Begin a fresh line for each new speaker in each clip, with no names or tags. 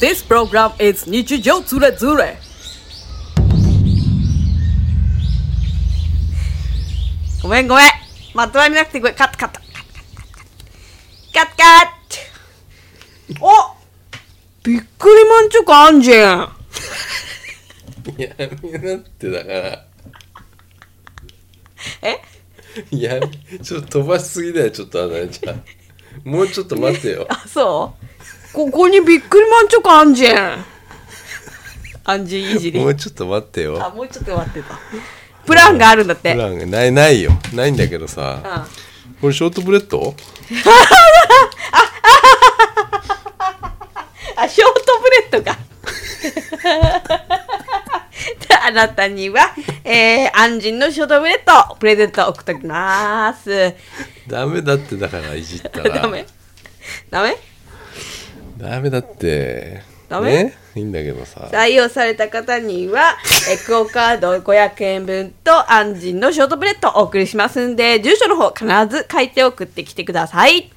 This program is 日常ズレズレ。
ごめんごめん。まとまりなくてごめん。カットカット。カットカット。おびっくりマンチョコあんじゃん。
やめなってだから
え
やめちょっと飛ばしすぎだよちょっとあなえちゃんもうちょっと待てよ
あ、そうここにびっくりマンチョコあんじゃん。あんじんいじり
も。うちょっと待って
あ、
よ
もうちょっと待ってた。プランがあるんだっ
プ
て。
ランがないないよないんだけどさ、
うん
これショートブレッド
あ、ショートブレッドか。 あなたには、えー、安心のショートブレッド、プレゼントを送っておきます。
ダメだってだからいじったら
ダメダメ
ダメだって
ダメ
ね、いいんだけどさ
採用された方には、えークオカード500円分と安心のショートブレッドをお送りしますんで、住所の方必ず書いて送ってきてください。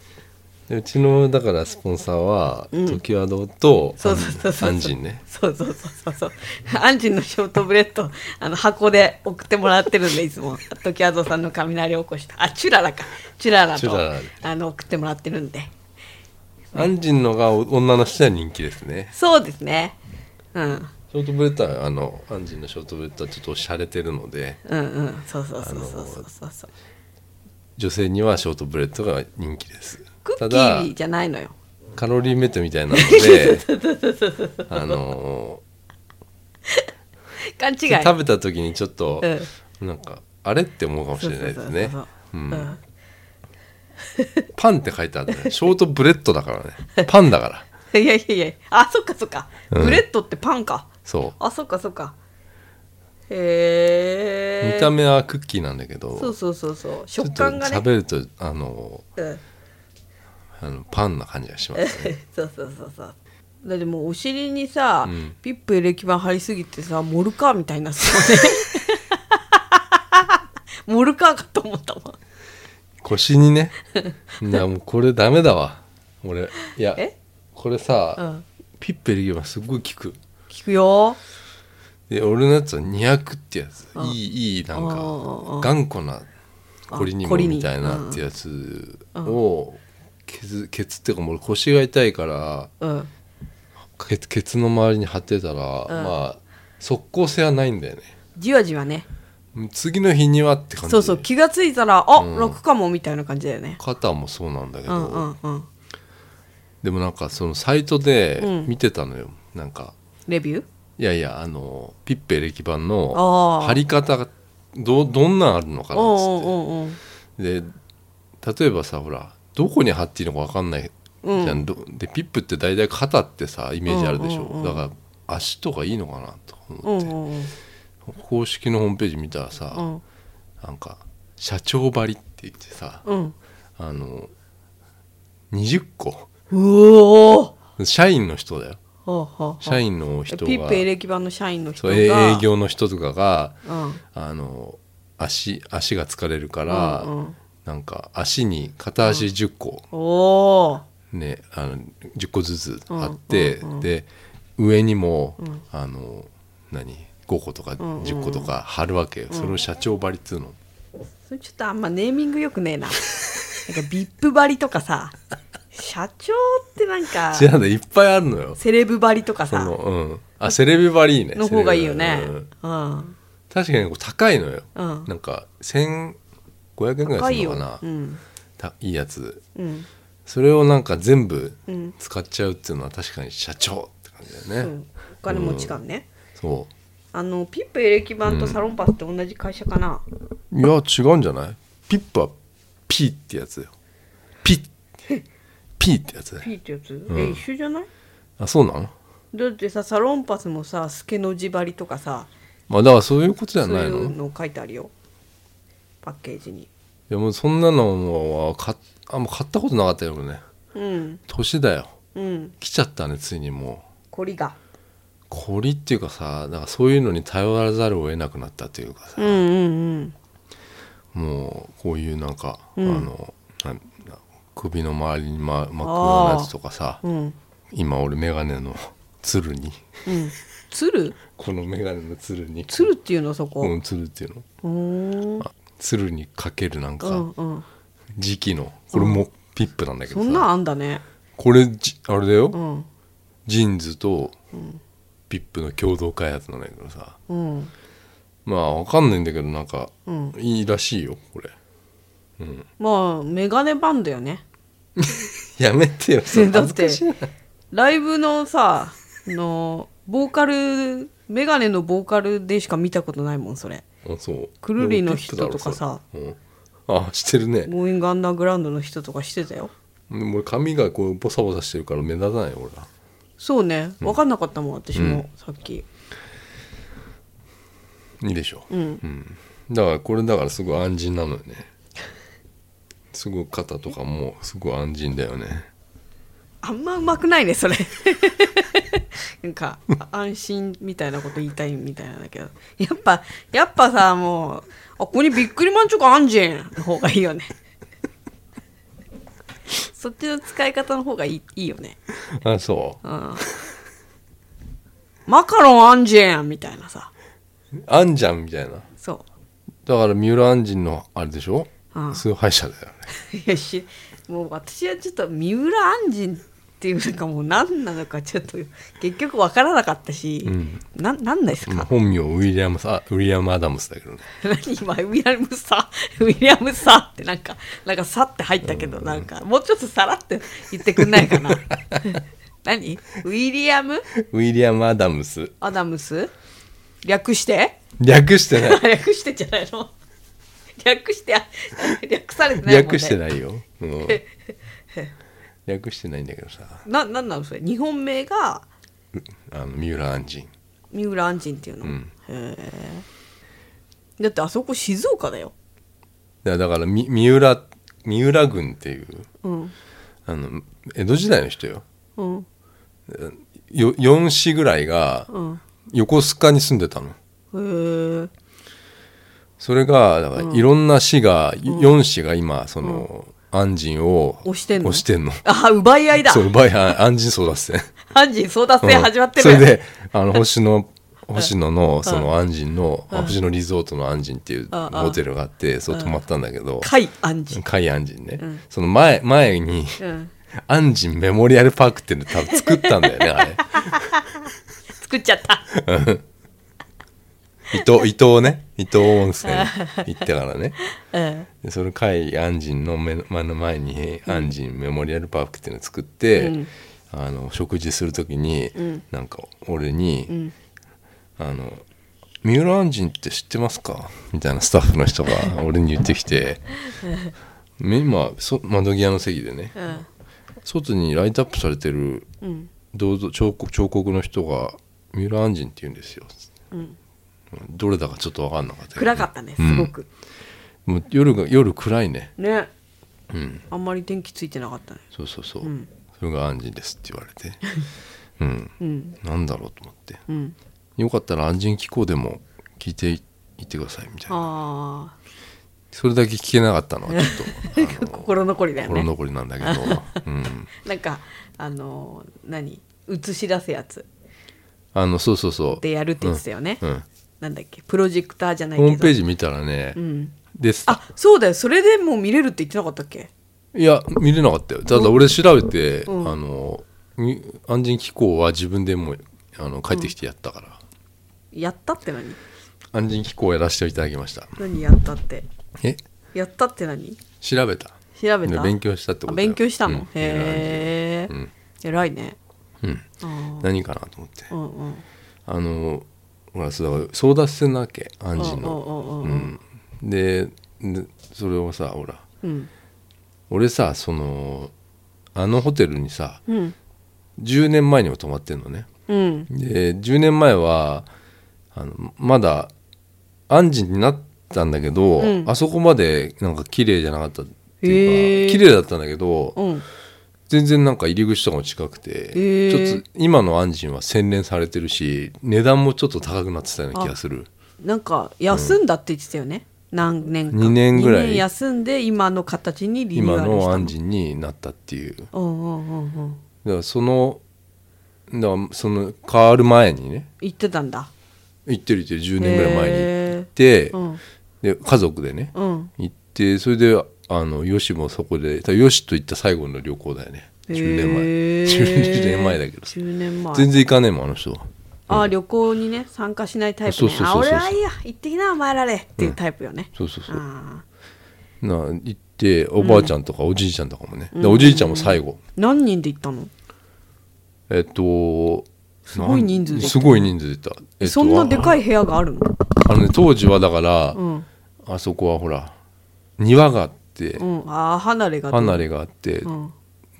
でうちのだからスポンサーは、時和堂と
そうそうそうそう。
安心ね。
そうそうそうそうそう。安心のショートブレッド、あの箱で送ってもらってるんで、いつも。時あぞさんの雷を起こした。あ、チュララか。チュララ
チ
と
ュララ
あの送ってもらってるんで。
安心のがお女の人は人気ですね
そうですね。うん。
ショートブレッドはあの安心のショートブレッドはちょっとおしゃれてるので
うんうん。そうそうそうそうそうそうそう。
女性にはショートブレッドが人気です
クッ
た
キ
だ
ーじゃないのよ。
カロリーメイトみたいなの であの
勘違い。
食べた時にちょっと、なんかあれって思うかも
そ
し
う
れ
そ
な
う
いで
そう
す
そう
ね
うん。
パンって書いてあったねショートブレッドだからねパンだから
いやいやいや。あ、そっかそっか。
うん
ブレッドってパンか。
そ
あ、そっかそっか。へ
う
え。
見た目はクッキーなんだけど
そうそうそうそう。
ちょっ
食
と
感がね。
喋るとあの
うん。
あのパンな感じがしますね
そうそうそうそうだってもうお尻にさ、
ん
ピップエレキ板貼りすぎてさモルカーみたいになってた ねモルカーかと思ったもん
腰に ねなもうこれダメだわ俺いや
え
これさ、
うん
ピッペリはすごい効く
聞くよ
で俺のやつは200ってやついいいいなんか
うんうんうん
頑固なコリニモ
コリニ
みたいなってやつをケツケツっていうかもう腰が痛いから
うん
ケツケツの周りに貼ってたら、まあ即効性はないんだよね
じわじわね
次の日にはって感じ
そうそう気がついたらあ、
うん
楽かもみたいな感じだよね
肩もそうなんだけ
う
ど、
んうんうん
でもなんかそのサイトで
うん
見てたのよ、なんか
レビュー
いやいやあのピッペ歴版
あ
の
ー
貼り方がどどんなんあるのかなっつ
お
っ
う
て。
おうおう
で例えばさほらどこに貼っていいのか分かんない、
うん
じゃんどでピップって大体肩ってさイメージあるでしょ、
うんうんうん
だから足とかいいのかなと
う
思
ん
っ
う
て、
んうん
公式のホームページ見たらさ、
うん
なんか「社長張り」って言ってさ
うん
あの20個
うお
社員の人だよ
ー
社
員
員の人が
ピップエレキ版の社員の人
そう
が
営業の人とかが
うん
あの足足が疲れるから、
うんうん
なんか足に片足10個。
おー
ね、あの10個ずつあって、で上にも、あの何5個とか10個とか貼るわけよ、それを社長張りっつうの、
それちょっとあんまネーミングよくねえな。なん かビップ張りとか さ、社長ってなんか、
違うんだいっぱいあるのよ
セレブ張りとか
その
さ、
うんあセレブ張りいいね
の方がいいよ
セ
ね
レブ張りう
う
ん。
ん。
確かにこう高いのよ、
うん
なんか1500円ぐら
高
いす
い
るの
よ
かな。
うん。
たいいやつ
うん。
それをなんか全部
うん
使っちゃうっていうのは確かに社長って感じだ
う
よね、
んお金持ち感ね。
そ
あの、ピップエレキ版とサロンパスって同じ会社かな。
ういや違うんじゃないピップはピーってやつよピッ ピーってやつだよ
ピーってやつえ、一緒じゃない
あそうなの
だってさ、サロンパスもさ、スケの字張りとかさ、
まあだからそういうことじ
そ
ゃ
う
ない
い
の
うの書いてあるよ。パッケージに。
でもそんなのは買っあんま買ったことなかったよね
うん。
年だよ
うん。
来ちゃったねついにも
こりが。
うこりっていうかさなんかそういうのに頼らざるを得なくなったというかさ
うんうんうん。
もうこういうなんか、あのなな首の周りにま巻くようなやつとかさ
うん。
今俺眼鏡の鶴に
鶴
この眼鏡の鶴に
鶴っていうのそこ、
うん鶴っていうのあ鶴にかけるなん
うん
か
うん
時期のこれもピップなんだけど
そ
さ
んなんあんだね
これじあれだよ、
うん
ジーンズとピップの共同開発なんだけどさ
うん
まあわかんないんだけどなんか
うん
いいらしいよこれ
まあメガネバンドよね
やめてよそ れ
だ
恥
っ
ず
て
かしいな
ライブのさあのボーカルメガネのボーカルでしか見たことないもんそれ
あそう
くるりの
でもピップだろ
人とかさ
それうんあしてるね
ボーイングアンダーグラウンドの人とかしてたよ
でも俺髪がこうボサボサしてるから目立たないよ俺ら
そうね分かんなかったもん、私もさっき
いいでしょうん、だからこれだからすごい安心なのよねすごい肩とかもすごい安心だよね
あんまうまくないねそれ なんかあ安心みたいなこと言いたいみたいなんだけどやっぱやっぱさもうあここにびっくりマンチョコあんじんの方がいいよね そっちの使い方の方がいいいいよね
あそう
マカロンあんじんみたいなさ
あんじゃんみたいな
そ
だから三浦安人のあれでしょ、
うん
崇拝者だよね
ういやしもう私はちょっと三浦あんじんっていうのかもう何なのかちょっと結局わからなかったし、
ん
ななんですか、
まあ本名ウィリアムスあウィリアム・アダムスだけどね
何今ウィリアムさウィリアムさってなんかなんかさって入ったけどなんかもうちょっとさらって言ってくんないか な何ウィリアム
ウィリアム・アダムス
アダムス略して
略し てない
略してじゃないの略してあ略されてないもんね
略してないよ、うん、略してないんだけどさ
ななんなのそれ日本名が
うあの三浦安人
三浦安人っていうの、
ん
へえだってあそこ静岡だよ
だだからみ三浦三浦郡っていう
うん
あの江戸時代の人よ
うん
よ4市ぐらいが
うん
横須賀に住んでたの
へえ
それがだからいろんな市が、4市が今その、安人を
押してんの
の
あ奪い合いだ
そう奪い合い安人争奪 戦
安人争奪戦始まってる
う
や
ん
ん
それであの星野星野のその安心の、あ星野リゾートの安心っていう
うんうん
ホテルがあってそう泊まったんだけど
海安心
海安心ね、その前前に
うん、
安心メモリアルパークっていうの多分作ったんだよね あれ
作っちゃ った
伊東伊東ね伊東温泉行ってからね
うん
でそれ海安心の目の前の前に安心メモリアルパークっていうのを作って、あの食事する時に、なんか俺に、あの「三浦安心って知ってますか?」みたいなスタッフの人が俺に言ってき て今そ窓際の席でね、外にライトアップされてる銅像彫刻彫刻の人が三浦安心って言うんですよ。どれだかちょっと分かんなかったけど
暗かったねすごく、
もう夜が夜暗いね
ね、あんまり電気ついてなかったね
そうそうそう、それが「アンジンです」って言われて うん、なんだろうと思って、
ん
よかったら「アンジン機構」でも聞いていってくださいみたい
あ
なそれだけ聞けなかったのはちょっ
あ
とあ の
心残りだよ
心
ね
残りなんだけど、うん、
なんかあのー何映し出すやつ
あのそうそうそう
でやるって言ってたよね、
うんうん
なんだっけプロジェクターじゃないけ
ホ
ど
ームページ見たらね、
ん
です
あそうだよそれでもう見れるって言ってなかったっけ
いや見れなかったよただ俺調べて、あのみ安全機構は自分でもうあの帰ってきてやったから、
やったって何
安全機構をやらせていただきました
何やったって
え
やったって何
調べた
調べた
で勉強したってこと
あ
だよ
勉強したの、
うん
へえ、
ん
偉いね
うん
あ
何かなと思って
ーうんうん
あのほらそうだから争奪戦なわけ
う
安
んうん
心の
うん
う
うん
んででそれをさほら
うん
俺さそのあのホテルにさ
うん
10年前にも泊まってんのね
うん
で10年前はあのまだ安心になったんだけど、
うん
あそこまでなんか綺麗じゃなかったって
へ
い
ー
うか綺麗だったんだけど、
うん
全然なんか入り口とかも近く
へ
て、
ー
ちょっと今の安心は洗練されてるし値段もちょっと高くなってたような気がする
なんか休んだって言ってたよね、何年か
二年ぐらい
二年休んで今の形にリニューアル
今
した
の
の
安心になったっていうだか
うんうんうんうん
らそのだからその変わる前にね
行ってたんだ
行ってる行ってる10年ぐらい前に行って、
うん
で家族でね、
うん
行ってそれであのヨシもそこでだヨシと行った最後の旅行だよね10年前、
へー
10年前だけどさ
10年前
全然行かねえもんあの人は
ああ旅行にね参加しないタイプ
そう
ね
そうそう
あ
そう
俺はいいや行ってきなお前らでっていうタイプよね、
そうそうそう
ああ
な行っておばあちゃんとかおじいちゃんとかもね、でおじいちゃんも最後
何人で行ったの
えっとす
ごい人数で
すごい人数でた、えっと
そんなでかい部屋があるの
あのね当時はだから、
うん、
あそこはほら庭があって
うん、ああ離れがどう
離れがあって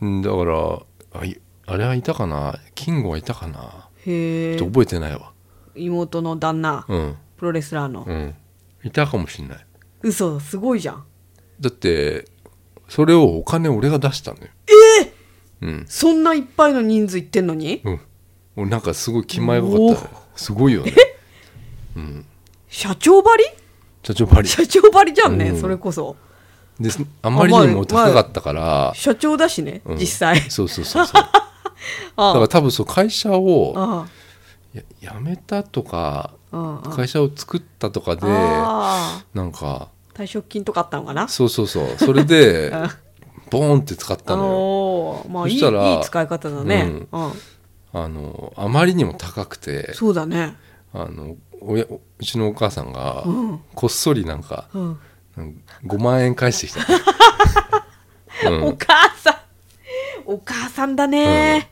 う、ん、
んだからあいあれはいたかな金吾はいたかな
へ
ち
え
ょっと覚えてないわ
妹の旦那、
うん
プロレスラーの、
うんいたかもしんない
嘘すごいじゃん
だってそれをお金俺が出したのよえうん
そんないっぱいの人数行ってんのに
うん俺なんかすごい気前よかったすごいよね
社長ばり
社長パリ
社長ばりじゃんね、
うん
それこそ
であまりにも高かったから、
社長だしね、
うん
実際
そうそうそう そう だか
ああ
ら多分そう会社を
あ
ややめたとか
あああ
会社を作ったとかで
あ
なんか
退職金とかあったのかな
そうそうそうそれ でボーンって使ったのよ
おーまあいい
そしたら
いい使い方だね、うん
あのあまりにも高くて
そうだね
あのおやうちのお母さんが
うん
こっそりなんか
うん、
うん5万円返して きた、う
お
ん、
母さんお母さんだね、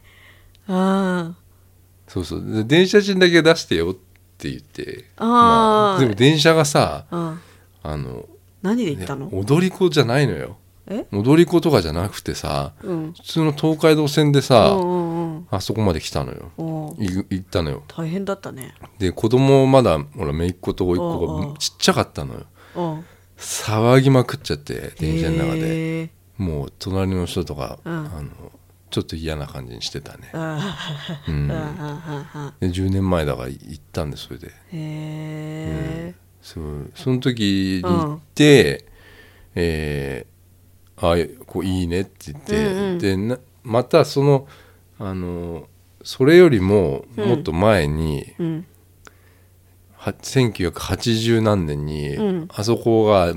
あ
そうそうで電車賃だけ出してよって言って
あー
まあでも電車がさ
あうん
あの、
何で行
ね
ったの、
踊り子じゃないのよ
え
踊り子とかじゃなくてさ
うん
普通の東海道線で
う
さ
んうんうん
あそこまで来たのよ
おー
い行ったのよ
大変だったね
で子供まだほら姪っ子と甥っ
おう
子
おう
がちっちゃかったのよ
うん
騒ぎまくっちゃって電車の中で
へー
もう隣の人とか、
うん
あのちょっと嫌な感じにしてたね、
あ
う
ー
ん、
あー
で
あーあ
10年前だから行ったんでそれで
ーへえ
そうその時に行って、えーあこういいねって言って、
うんうん
でなまたそのあのそれよりももっと前に、
うん
は1980何年に、
うん
あそこが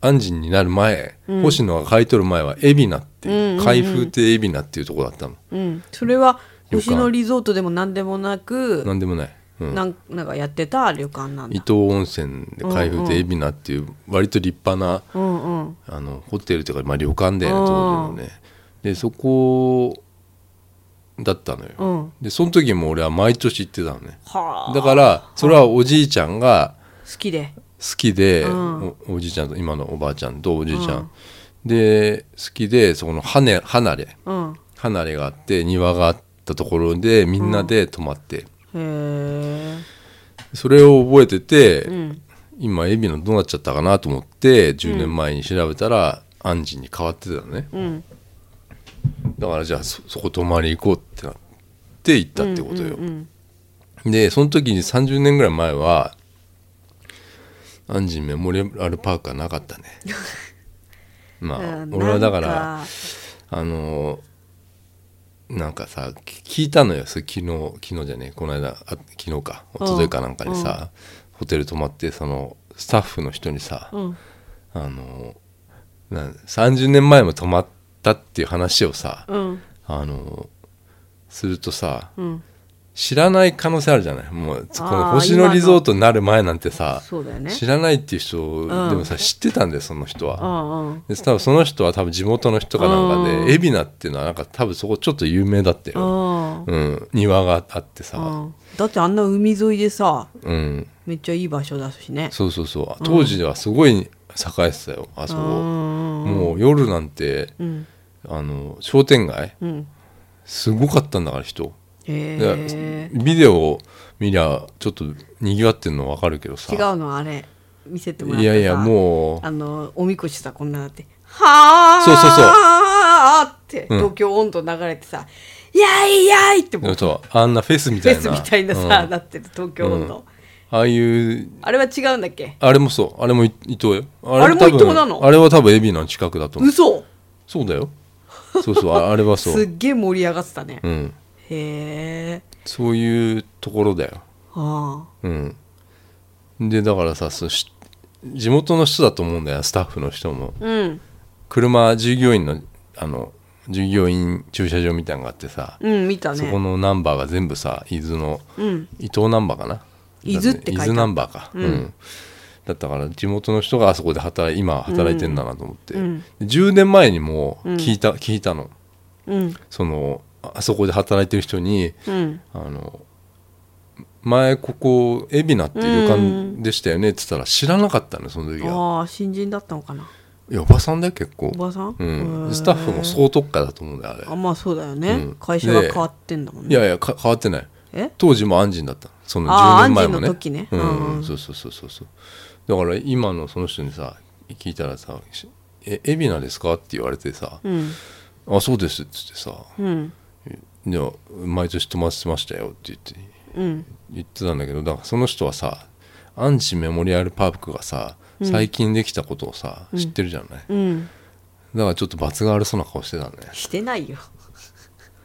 安心になる前、
うん
星野が買い取る前は海老名っていう,、
うんうんうん
開封亭海老名っていうとこだったの
うんそれは
旅館
星野リゾートでも何でもなく
なんでもない、うん
なんなんかやってた旅館なん
伊
だ
東温泉で開封亭海老名っていう割と立派な
うんうん
あのホテルというか、まあ、旅館だよね当時のねでそこだったのよ、
うん
でその時も俺は毎年行ってたのね
はあ
だからそれはおじいちゃんが
好きで
好きで、
うん
おおじいちゃんと今のおばあちゃんとおじいちゃん、で好きでそこのはね離れ
うん
離れがあって庭があったところでみんなで泊まって、
へえ
それを覚えてて、
うん
今海老名どうなっちゃったかなと思って10年前に調べたら、安心に変わってたのね
うん
だからじゃあそそこ泊まり行こうってなって行ったってことよ、
うん
でその時に30年ぐらい前は安心メモリアルパークはなかっ たねまあ
うん
俺はだから
なん
あのなんかさき聞いたのよそれ昨日昨日じゃねえこの間あ昨日か一昨日かなんかにさ、ホテル泊まってそのスタッフの人にさ、
うん
あのなん30年前も泊まったっていう話をさ、
うん
あのするとさ
うん
知らない可能性あるじゃないもうこの
あー
星
今
野
の
リゾートになる前なんてさ、
そうだよね
知らないっていう人
ん
でもさ知ってたんだよその人
う
は。
んうん
で多分その人は多分地元の人かなんか
うん
で海老名っていうのはなんか多分そこちょっと有名だったよ、
あ
うん、庭があってさ、
あだってあんな海沿いでさ
うん、
めっちゃいい場所だしね
そうそうそう当時ではすごい栄えてたよあそこ、
うんうん
もう夜なんて
うん
あの商店街
うん
すごかったんだから人、
へえ
ビデオ見りゃちょっとにぎわってるの分かるけどさ
違うのあれ見せてもらっ
い
てさ
やいやも
あのおみこしさこんななって「はあ」
そうそ
っ
うそう
て
うん
東京温度流れてさ「やいやい」って
う
もう
でも
フ
そうあんなフェスみたい
ェ
な
スみたいなさ、
うん
なってる東京温度、
うんああいう
あれは違うんだっけ
あれもそうあれも伊伊東よあ
あれも
多分
伊東なの
あれは多分海老名の近くだと思う
嘘
そうだよそうそうああれはそう
すっげえ盛り上がってたね、
うん、
へえ
そういうところだよ
あ
うんでだからさそし地元の人だと思うんだよスタッフの人も
あうん
車従業員のあの従業員駐車場みたいなのがあってさ、
うん見た
そ
ね
このナンバーが全部さ伊豆の、
うん
伊東ナンバーかな
伊豆って書いてあ
伊
った
豆ナンバーか、うんだったから地元の人があそこで働い今働いてんだなと思って、
うん
で10年前にも聞いた、聞いたの
うん
そのああそこで働いてる人に
うん
あの前ここ海老名って旅館でしたよねって言ったら知らなかったのその時は
ああ新人だったのかない
やおばさんだよ結構
おばさん
う
へえ
ん、スタッフも総特化だと思うんだよあれ
あまあそうだよ
う
ね
ん
会社が
で
変わってんだもん
い
ね
やいやか変わってない
え
当時も安心だったその
あー
10年前もね
安心の時ね
うん
うんうん
そうそうそうそうそうだから今のその人にさ聞いたらさ「え海老名ですか?」って言われてさ「
うん
あそうです」っつってさ
うん
「いや毎年泊まってましたよ」って言って
うん
言ってたんだけどだからその人はさアンチメモリアルパークがさ最近できたことをさ、知ってるじゃない、
うん
だからちょっと罰が悪そうな顔してたね
してないよ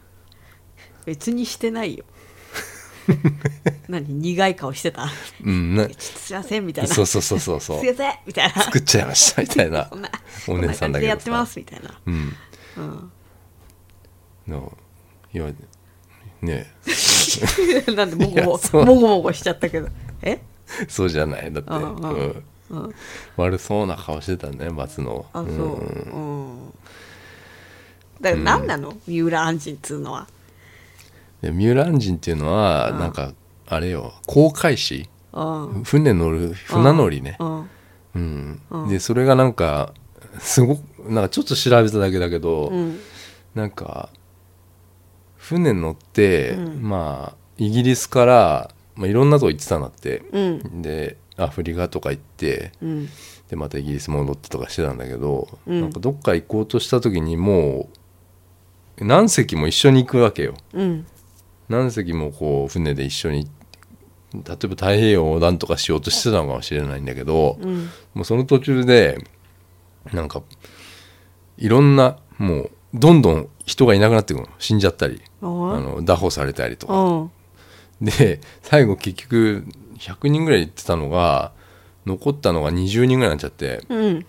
別にしてないよ 何苦い顔してた
うんな
ちょっとすいませんみたいな
そうそうそうそうそ う
すいませんみたいな
作っちゃいましたみたいな
そんな
お姉さ
こな
んだけどさ
感じでやってますみたいな
うん
うん
のいやねえ
なんでもごも
いや
ご
そう
もごもごしちゃったけどえ
そうじゃないだって、
ああ
うん
うん
悪そうな顔してたね松の
あそう
うん
うんだから何なの、三浦安心っつうのは
でミューラン人っていうのはなんかあれよ航海士
うん
船乗る船乗りね
うん
うんでそれがなんかすごくなんかちょっと調べただけだけど、
うん
なんか船乗って、まあイギリスから、まあ、いろんなとこ行ってたんだって、
うん
でアフリカとか行って
うん
でまたイギリス戻ってとかしてたんだけど、
うん
なんかどっか行こうとした時にもう何隻も一緒に行くわけよ
うん
何隻もこう船で一緒に例えば太平洋を横断とかしようとしてたのかもしれないんだけど、
うん
もうその途中でなんかいろんなもうどんどん人がいなくなってくるの死んじゃったり
あ
あの拿捕されたりとか
うん
で最後結局100人ぐらい行ってたのが残ったのが20人ぐらいになっちゃって
うん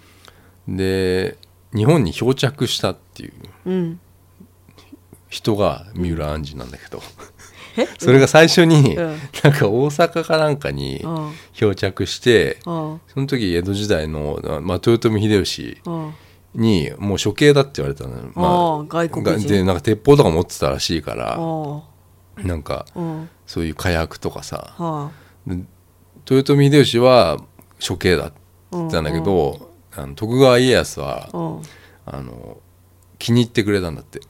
で日本に漂着したっていう
うん
人が三浦按針なんだけどそれが最初に、
うん
なんか大阪かなんかに
うん
漂着して
うん
その時江戸時代の、まあ、豊臣秀吉
うん
にもう処刑だって言われたのよ、
あー外国人
でなんか鉄砲とか持ってたらしいか
あ
ら
あ
なんか
うんは
そういう火薬とかさ
あ
で豊臣秀吉は処刑だって言ってたんだけど、あの徳川家康は、
うん
あの気に入ってくれたんだって、
へ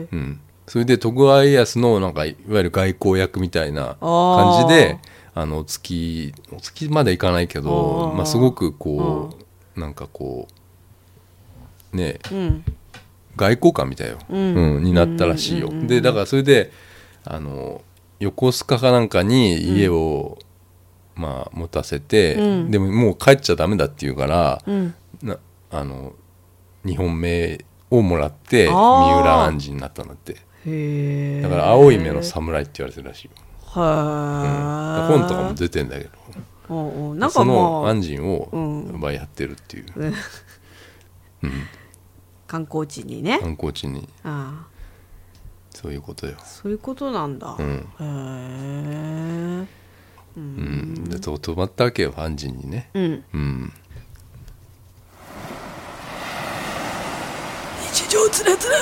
え
うん、それで徳川家康のなんかいわゆる外交役みたいな感じであのお月お月までいかないけど
あー
まあ、すごくこうなんかこうねえ
うん
外交官みたいよ、
ん
うんになったらしいよ、でだからそれであの横須賀かなんかに家を、まあ持たせて、
うん
でももう帰っちゃダメだっていうから、
うん
なあの日本名をもらって
あ
三
ー
浦安治になったんだって
へえ
だから「青い目の侍」って言われてるらしいよ、
は
本とかも出てんだけ
う
ど
んうんなんか
その
もう
安心を、
うん
まあやってるっていう
観光地にね
観光地に
あ
そういうことよ
あ、そういうことなんだ、
うん
へえ
うん、でと泊まったわけよ安心にね
うん
うん
日常つれつれ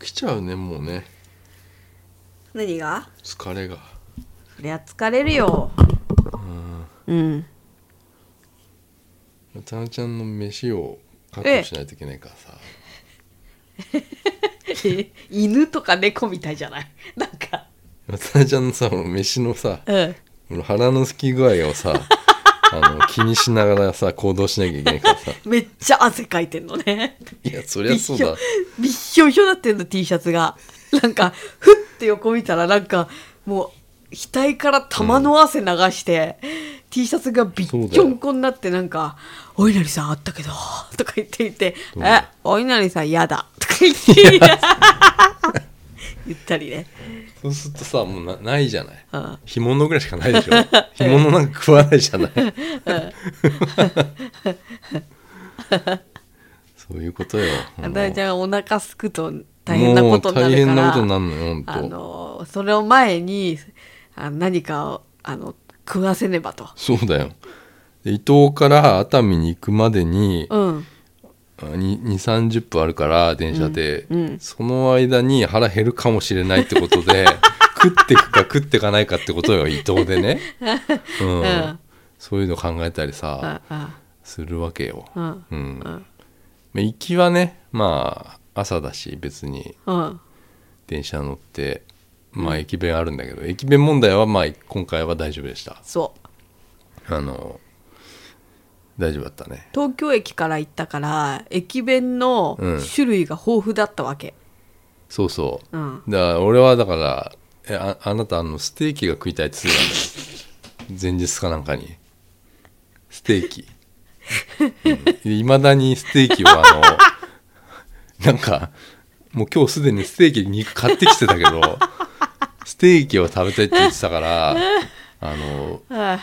来ちゃうねもうね
何が
疲れが
そりゃ疲れるようん
たなちゃんの飯を確
ええ
保しないといけないからさ
え 犬とか猫みたいじゃないなんか
たなちゃんのさ飯のさ
うん
この腹のすき具合をさ あの気にしながらさ行動しなきゃいけないからさ
めっちゃ汗かいてんのね
いやそりゃそうだ
びっしょびっしょになってんの T シャツがなんかふって横見たらなんかもう額から玉の汗流して、T シャツがびっちょんこになってなんか「お稲荷さんあったけど」とか言っていて「
うだ
え
よ
お稲荷さんやだ」とか いやゆったりね
そうするとさもうなないじゃない
うん
干物ぐらいしかないでしょ 干物なんか食わないじゃない そういうことよ
あだいちゃんお腹すくと大変なことになるから
もう大変なことになるのよほんと
あのそれを前にあ何かをあの食わせねばと
そうだよで伊東から熱海に行くまでに
うん
2 3 0分あるから電車で、
うんうん
その間に腹減るかもしれないってこと で食ってくか食ってかないかってことよ伊東でね、うん
うん
そういうの考えたりさ、
ああ
するわけよ、
うん
うんまあ行きはねまあ朝だし別に
うん
電車乗ってまあ駅弁あるんだけど、駅弁問題はまあ今回は大丈夫でした
そう
あの大丈夫だったね
東京駅から行ったから駅弁の
うん
種類が豊富だったわけ、
そうそう、
うん
だから俺はだからえああなたあのステーキが食いたいって言ってたんだよ前日かなんかにステーキいま、未だにステーキはあのなんかもう今日すでにステーキ肉買ってきてたけどステーキを食べたいって言ってたからあの
あ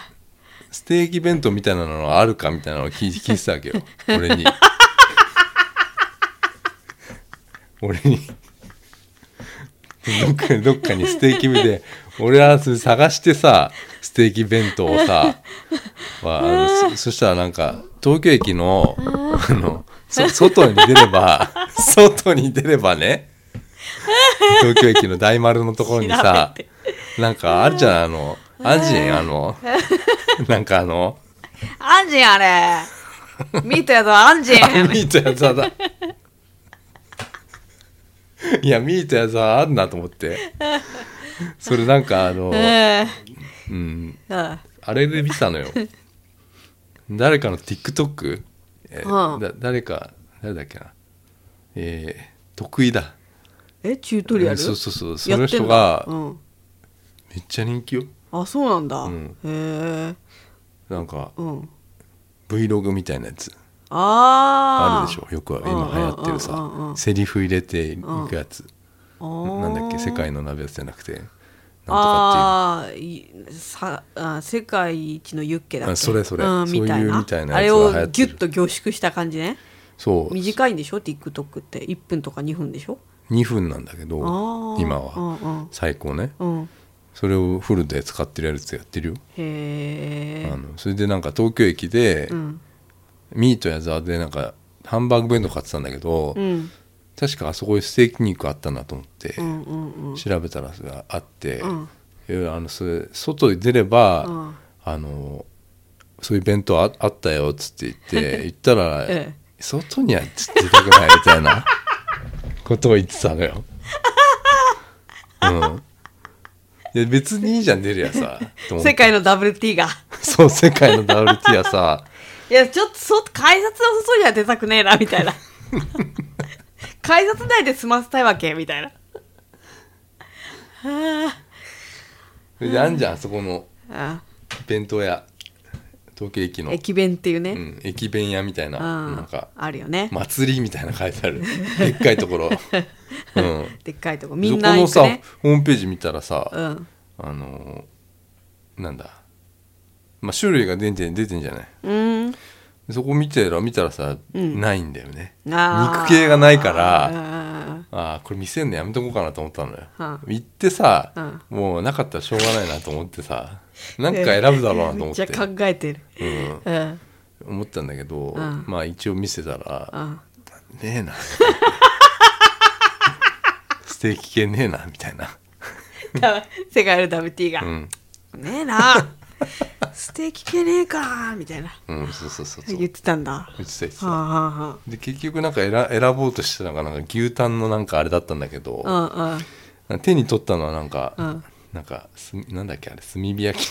ステーキ弁当みたいなのがあるかみたいなのを聞い聞いてた わけよ俺に俺にどっかどっかにステーキ弁で俺はそれ探してさステーキ弁当を さ、まあ、あのそそしたらなんか東京駅のあのそ外に出 れば外に出ればね東京駅の大丸のところにさ
調べ
なんかあるじゃんあのアジンあの なんか あの
アンジンあ れ見たやつはアンジン
あミート矢沢だいやミート矢沢あんなと思ってそれなんかあ の、
え
うん、
えうん
あれで見たのよ誰かの TikTok、えー
うん
だ誰か誰だっけなえー、得意だ
えチュートリア
えー
ル
そうそうそうそ
やって
の
んだ
人が
うん、
めっちゃ人気よ
あそうなんだ、
ん
へえ
なんか
うん
Vlog みたいなやつ
ああ
あるでしょよく今流行ってる
うんうんうんうん
さセリフ入れていくやつなんだっけ世界の鍋やつじゃなくてなんとかっ
あーいさあ世界一のユッケだっけ
あそれそれ
うん、みたい
そういう
な
みたいな
あれ
やつが流行ってる
をギュッと凝縮した感じね
ていうそう
短いんでしょ TikTok って1分とか2分でしょ
2分なんだけど
あー
今は
うん
最高ね
うん、うん、
それをフルで使ってるやつやってるよ
へ
あ
え
のそれでなんか東京駅で
うん
ミートやザーでなんかハンバーグ弁当買ってたんだけど
うん
確かあそこにステーキ肉あったなと思って
うんうん
調べたらそれがあって
ん
いやあのそれ外に出れば、
うん
あのそういう弁当ああったよっつって言っ て行ったら、
ええ
外にはちょっと出たくないみた いなことを言ってたのよ。うんいや別にいいじゃん出るやさと
うん
思って
世界の WT が
そう世界の WT やさ
いやちょっとそ改札の外には出たくねえなみた いな改札内で済ませたいわけみたいな
それであんじゃんあそこの
あ
弁当屋東京駅の駅,、
駅弁っていう
う
ね、
ん、駅弁屋みたいな,、
うん
なんか
あるよね、
祭りみたいな書いてあるでっかいと ころ、うん、
でっかいとこみんな行
そ
く
このさ
ね
ホームページ見たらさ、
うん
あのーなんだまあ種類が出て出てんじゃない
うん
そこ見てら見たらさ、ないんだよね
あー
肉系がないからあ
あ
あーこれ見せんのやめとこうかなと思ったのよ、
はあ
行ってさ、
うん
もうなかったらしょうがないなと思ってさなんか選ぶだろうな と
め
思
っ
っ
ちゃ
て、
考えてる
うん、
うん
思ったんだけど、
ん
まあ一応見せたら、
うん
ね えなステーキ系ねえなみたいな、
だ世界の WT が
う、ん
ねえな ステーキ系ねえかみたいな
うん、そうそうそうそう
言ってたんだは
言ってた言って
あ
た
は
で結局なんか選選ぼうとしてたのがなんか牛タンのなんかあれだったんだけど、
あはあ
手に取ったのはなんか、
ん
なんかすなんだっけあれ炭火焼き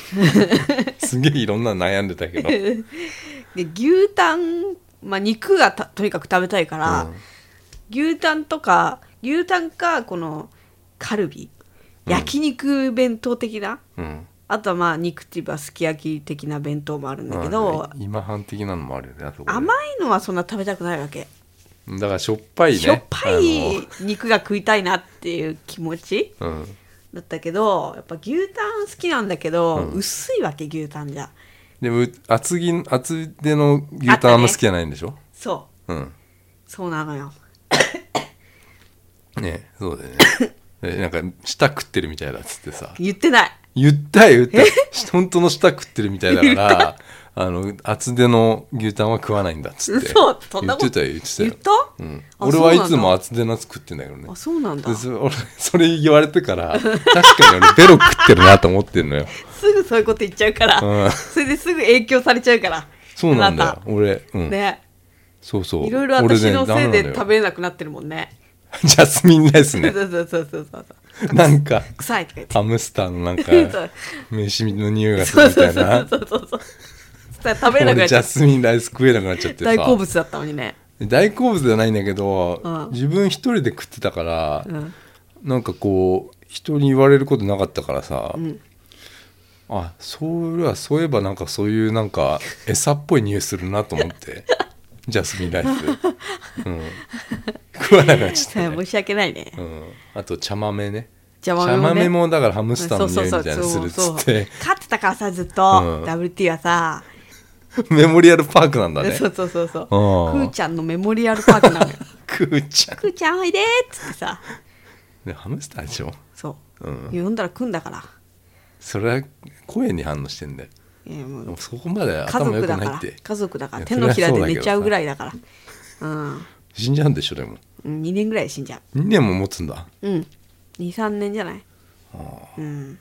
すげえいろんなの悩んでたけど
うんうんで牛タンまあ肉がたとにかく食べたいから、牛タンとか牛タンかこのカルビ焼肉弁当的な、
うん、
あとはまあ肉っていえばすき焼き的な弁当もあるんだけど、
まあ今半的なのもあるよねあそこで
甘いのはそんな食べたくないわけ
だからしょっぱいね
しょっぱい肉が食いたいなっていう気持ち
あのうん
だったけどやっぱ牛タン好きなんだけど、薄いわけ牛タンじゃ
でも厚着厚手の牛タンあんま好きじゃないんでしょ、
そ
うん
うそうなのよ
ねそうだよ ねでなんか舌食ってるみたいだっつってさ
言ってない
言ったよ言ったし本当の舌食ってるみたいだからあの厚手の牛タンは食わないんだっつって
嘘そんなこと
言ってたよ言ってた
言
よ
った
うん、
あ
俺はい
そ
つ
うなん
も
だ
厚手のやつ食ってんだけどね
あそうなんだ
でそ 俺それ言われてから確かに俺ベロ食ってるなと思ってんのよ
すぐそういうこと言っちゃうから、
うん
それですぐ影響されちゃうから
そうなんだ
あ
よ俺、うん
たね
そうそう
い
い
ろいろ私のせいで食べれなくなってるもんね
ジャスミンライ スね
そうそうそうそうそう
なんか
臭いとか言って
ハムスターのなんか
そう
飯の匂いがす
そ
る
う
み
そ
た
う
い
そ
な
うそうそうそうそしたら食べれなくな
俺
っ
ジ
ちゃ
ャ
っ
スミンライス食えなくなっちゃって
た
さ
大好物だったのにね
大好物じゃないんだけど、
うん
自分一人で食ってたから、
うん
なんかこう人に言われることなかったからさ、あそういえばそういえばなんかそういうなんか餌っぽい匂いするなと思って ジャスミンライス、うん、食わなくなっちゃっ
そ
た
れ
ね、
申し訳ないね
うん、あと茶豆ね
茶豆もね
もだからハムスター
そ
の
う
匂
そ
い
そう
うみたいなのするっつ
そう
っ
そう
て
勝ってたからさずっと、
うん
WT はさ、
メモリアルパークなんだね
そうそうそうそうく
うん
ーちゃんのメモリアルパークなのよ
クーちゃん
くーちゃんおいでーっつってさ
ねハムスターでしょ
そう、
うん
呼んだら来んだから
それは声に反応してんだよ
いやもう
でもそこまで
家
頭良
族
く
だか
ないっ
ら
て
家族だから
いや
手のひらで寝ちゃう
そ
ぐ
れは
らいだからうん
死んじゃうんでしょでも
うん2年ぐらい死んじゃ
2年も持つんだ
ううん23年じゃないうん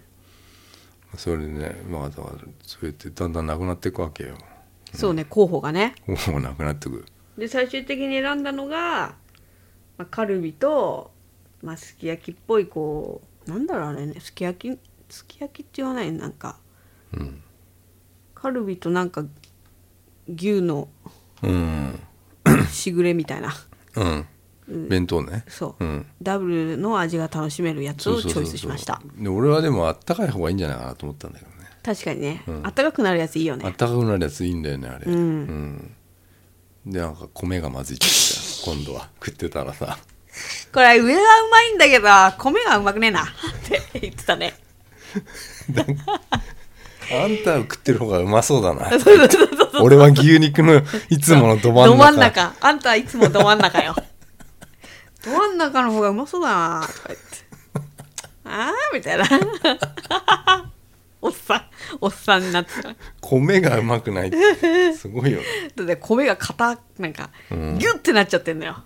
それでねまあだからそうやってだんだんなくなっていくわけよ
そうね候補がね
もうなくなってく
で最終的に選んだのが、まあ、カルビと、まあ、すき焼きっぽいこうなんだろうあれねすき焼きすき焼きって言わないなんか
うん
カルビとなんか牛の
うん
しぐれみたいな
うん弁当ね
そう、
ん
ダブルの味が楽しめるやつ
そ
を
う
チ
そ
ョ
うそう
イ
そ
ス
う
しました
で俺はでもあったかい方がいいんじゃないかなと思ったんだけどね
確かにね、あったかくなるやついいよ
あっ
ね
たかくなるやついいんだよねあれうんでなんか米がまずいってきた今度は食ってたらさ
これ上はうまいんだけど米がうまくねえなって言ってたね
あんたが食ってる方がうまそうだな
そうそうそうそう
俺は牛肉のいつものど真ん中
ど真ん中あんたいつもど真ん中 よど真ん中の方がうまそうだなとか言ってああみたいなおっさんおっさんになってただ
米がうまくな いってすごいよね
って米が硬なんか、ギュッてなっちゃってんのよ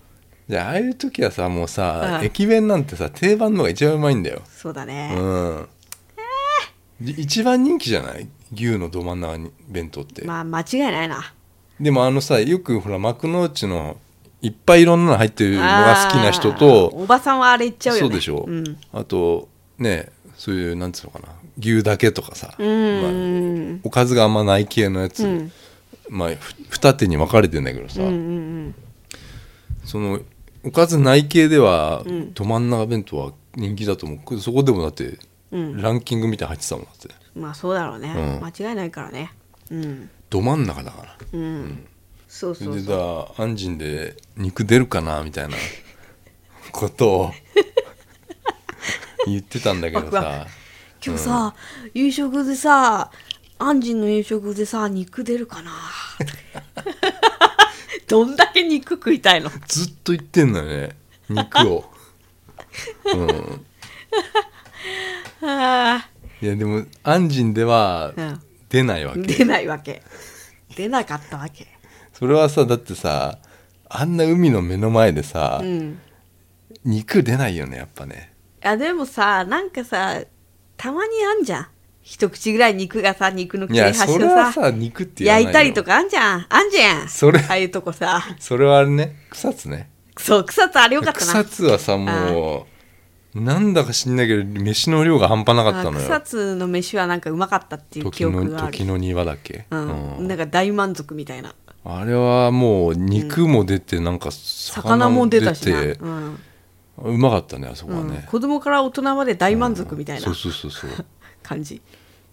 じゃあああいう時はさもうさ、
うん
駅弁なんてさ定番のが一番うまいんだよ
そうだ
う
ね、
ん、じ一番人気じゃない牛のど真ん中に弁当って、
まあ間違いないな
でもあのさよくほら幕の内のいっぱいいろんなの入ってるのが好きな人と
あーおばさんはあれ言っちゃうよね
そうでしょ、
うん、
あとねそういうなんつうのかな牛だけとかさ、
ん
まあおかずがあんまない系のやつ、まあふ二手に分かれてんだけどさ、そのおかずない系では、ど真ん中弁当は人気だと思うこそこでもだって、ランキングみたいに入ってたもんだって
まあそうだろうね、
うん
間違いないからねうん
ど真ん中だから
うん、そう
それ
そう
で
そう
だから安心で肉出るかなみた いなことを言ってたんだけど
ワクワ
さ
今日さ、夕食でさ安心の夕食でさ肉出るか などんだけ肉食いたいの
ずっと言ってんのよね肉 をうん
あ
いやでも安心では
うん
出ないわけ、
ー出ないわけ出なかったわけ
それはさだってさあんな海の目の前でさ、
うん
肉出ないよねやっぱね
あでもさなんかさたまにあんじゃん一口ぐらい肉がさ肉の切
い
れ
や
端
そ
を
れは
さ
さ肉って言わない
焼
よ
いたりとかあんじゃんあんじゃん
それ
ああいうとこさ
それはあれね草津ね
そう草津あれよかったな
草津はさもうなんだか知んないけど飯の量が半端なかったの
あ
よ
草津の飯はなんかうまかったっていう記
時
憶
の
がある
時の庭だっけ、
うん
うん
なんか大満足みたいな
あれはもう肉も出てなんか魚
魚
も
も
出
出
て
たしな、うん
うまかったねあそこは
うん
ね、
子供から大人まで大満足みたい
そ
な
うそうそうそう
感じ、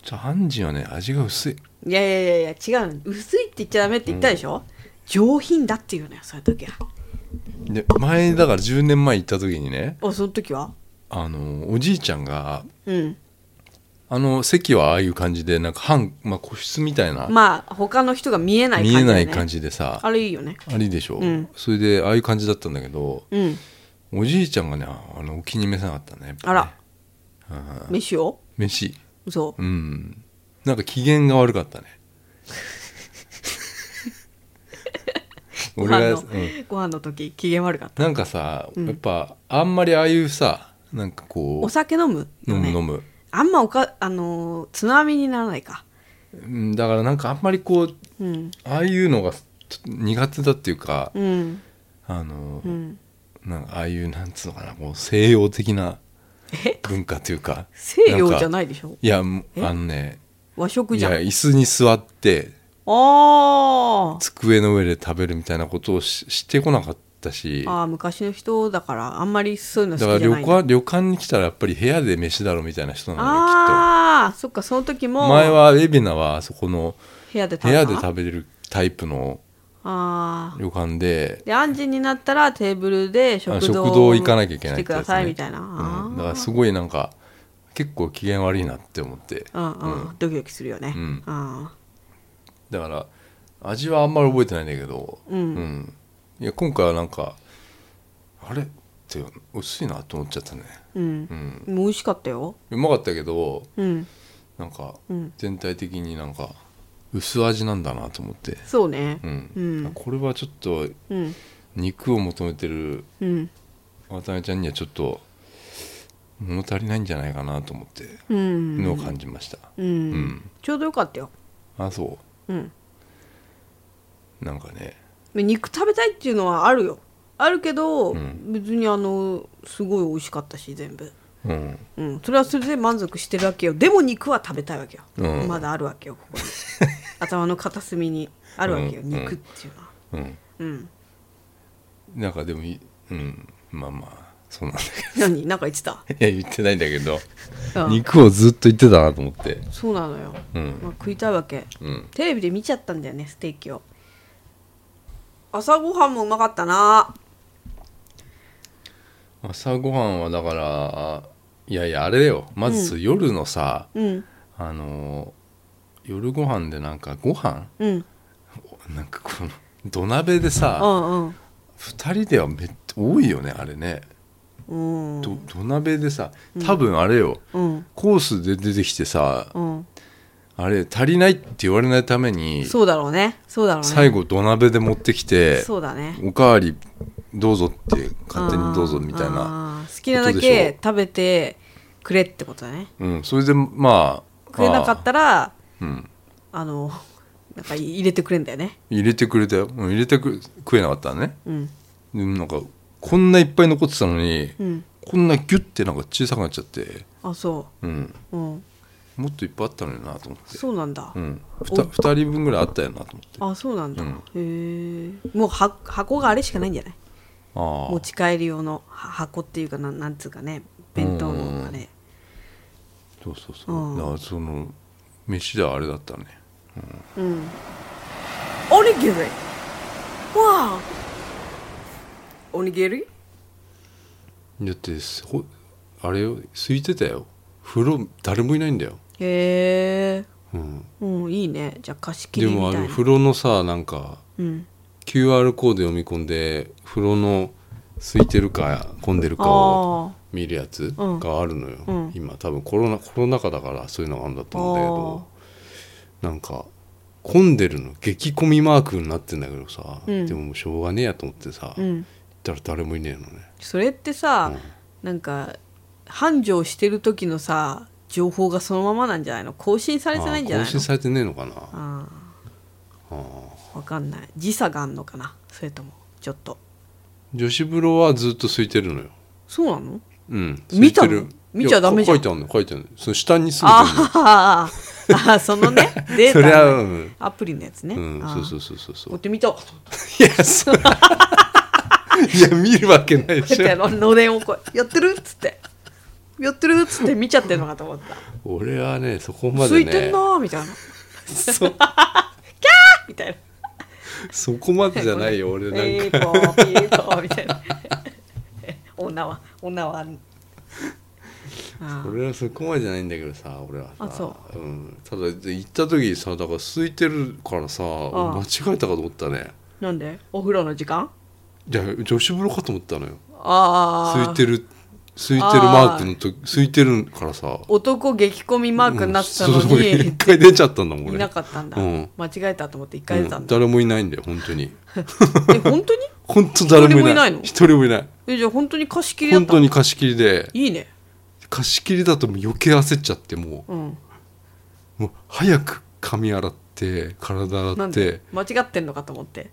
じゃあンジはね味が薄い
いやいやいやいや違うの薄いって言っちゃダメって言ったでしょ、上品だっていうのよそういう時は
で前だから10年前行った時にね
おその時は
あのおじいちゃんが
うん
あの席はああいう感じでなんか半、まあ、個室みたいな、
まあ他の人が見えない感
見
じ、ね、
えない感じでさ
あれいいよね
あれでしょ、
ん
それでああいう感じだったんだけど
うん
おじいちゃんがねあのお気に召さなかったねやっぱ
あ
ね
ら飯を
飯
嘘
うんなんか機嫌が悪かったね
ご
俺
飯
が、
の、
うん、
ご飯の時機嫌悪かった
なんかさ、やっぱあんまりああいうさなんかこ
お酒飲む
う
よ
飲む
ね
飲む
あんまおかあのー津波にならないか
うんだからなんかあんまりこう
うん
ああいうのがちょっと苦手だっていうか、
うん
あの、
うん
なんかああいうなんつうのかなもう西洋的な
え
文化というか
西洋じゃないいでしょ
いやもうあのね
和食
い
じゃ
や
んあ
椅子に座って
あー
机の上で食べるみたいなことをししてこなかったし
あー昔の人だからあんまりそういうの
だ
好
から
きじゃ
旅
ないん
館旅館に来たらやっぱり部屋で飯だろみたいな人なのよきっ
ああそっかその時
と
も
前は海老名はそこの
部屋で食
部
べ
屋
た
で食べれるタイプの
ああ
旅館で
で安心になったらテーブルで
あ
食
食
堂
堂行かなきゃいけない
来てくだ
やつ
さい
ね
みたいな、あ
うん、
ー
だからすごいなんか結構機嫌悪いなって思って
うんうん、ドキドキするよね、
ん
あ
だから味はあんまり覚えてないんだけど、
うん
いや今回はなんかあれって薄いなと思っちゃったね
ーうん
う、ん
もう美味しかったよ
うまかったけど
うん
なんか
うん
全体的になんか薄味なんだなと思って、
そうね
うん
うん
これはちょっと
うん
肉を求めてる
うん
渡辺ちゃんにはちょっと物足りないんじゃないかなと思って
う
のを
ん
感じました、
う
うん
んちょうどよかったよ、
あそ
うん、
うなんかね
で肉食べたいっていうのはあるよあるけど、
うん
別にあのすごい美味しかったし全部
うん
うん、それはそれで満足してるわけよでも肉は食べたいわけよ、
うん
まだあるわけよこ こに頭の片隅にあるわけよ、
うん
肉っていうのは
うん
うん
なんかでもいうんまあまあそうなんだ
何なんか言ってた、
けどいや言ってないんだけど
うん、
肉をずっと言ってたなと思って
そうなのよ、
うん
まあ、食いたいわけ
うん
テレビで見ちゃったんだよねステーキを朝ごはんもうまかったな
朝ごはんはだからいやいやあれだよまず夜のさ、
うん
あのー夜ご飯でなんかご飯
うん
なんかこの土鍋で
う
さ、
ん
二人ではめっ多いよねあれね、
うんうん
ど土鍋でさ多分あれよ、
うん
コースで出てきてさ、
うん
あれ足りないって言われないために
そうだろうねそうだろうね
最後土鍋で持ってきて
そうだね
おかわりどうぞって勝手にどうぞみたい
あ
な、
ーあー好きなだけ食べてくれってことだね
うん、それでまあ
食えなかっ、たら
あーうん、
あのなんか入れてくれんだよね
入れてくれたよ、うん、入れてくれ食えなかったらね
うん
でもなんかこんないっぱい残ってたのに、
うん
こんなギュッてなんか小さくなっちゃって、
あそ
うん、
ううん
もっといっぱいあったのになと思って、
そうなんだ、
うん、ふた2人分ぐらいあったよなと思ってあ
あそうなんだ、
うん
へえもうは箱があれしかないんじゃない
あ
持ち帰り用のは箱っていうかなんなんつうかね弁当のあれ
そうそうそう、
うん
だからその飯ではあれだったね
うんおにぎりわあおにぎり
だってほあれよ空いてたよ風呂誰もいないんだよ、
へえ
うん、
うんいいねじゃあ貸し切
で
りみ
もあ
たい
の
な
風呂のさなんか
うん
QR コード読み込んで風呂の空いてるか混んでるかを
あ
見るやつ
うん
があるのよ、
うん
今多分コロナコロナ禍だからそういうのがあるんだと思うんだけどなんか混んでるの激混みマークになってんだけどさ、
うん
でももうしょうがねえやと思ってさ、
う
行っ
ん
たら誰もいねえのね
それってさ、なんか繁盛してる時のさ情報がそのままなんじゃないの更新されてないんじゃ
あ
な
更
い
新
の
されてねえのかなあ
あ
あ
あわかんない時差があんのかなそれともちょっと
女子風呂はずっと空いてるのよ。
そうなの
うん。
見たの
空いてる
見ちゃダメじゃん
いや書いてあるの書いてあるの。その下に住んでるの。
あーあーその ねデータ
そ
の
りゃうん
アプリのやつね、
うん、
あ
そうそううそうそうそ
持っ
う。
てみた
いや、 そらいや、見るわけない で
み
した
いな
ょ。
のれんをこうやってるっつってやってるっつって見ちゃってるのかと思った、
俺はね、そこま
空
で
いてんなー
ね。
みたいなキャーみたいな
そこまでじゃない よ俺なんか
ピーポーピーポーみたいな 女は女はあ
俺はそこまでじゃないんだけどさ俺はさ
あそ
うん、ただ行った時にさだから空いてるからさ
ああ
間違えたかと思ったね
ーなんでお風呂の時間
いや女子風呂かと思ったのよ
ああ
空いてる空いてるマークのと空いてるからさ
男激混みマークになってたの
うんそう
に、
一回出ちゃったんだもん俺
いなかったんだ、
うん
間違えたと思って一回出た
うんん
だ、
誰もいないんだよ本当に
え本当に
本当誰もいない
一
一人もいない
えじゃあ本当に貸し切りだっ
本
たの
当に貸し切りで
いいね
貸し切りだともう余計焦っちゃっても
うん
うもう早く髪洗って体洗
な
っ
ん
て
で間違ってんのかと思って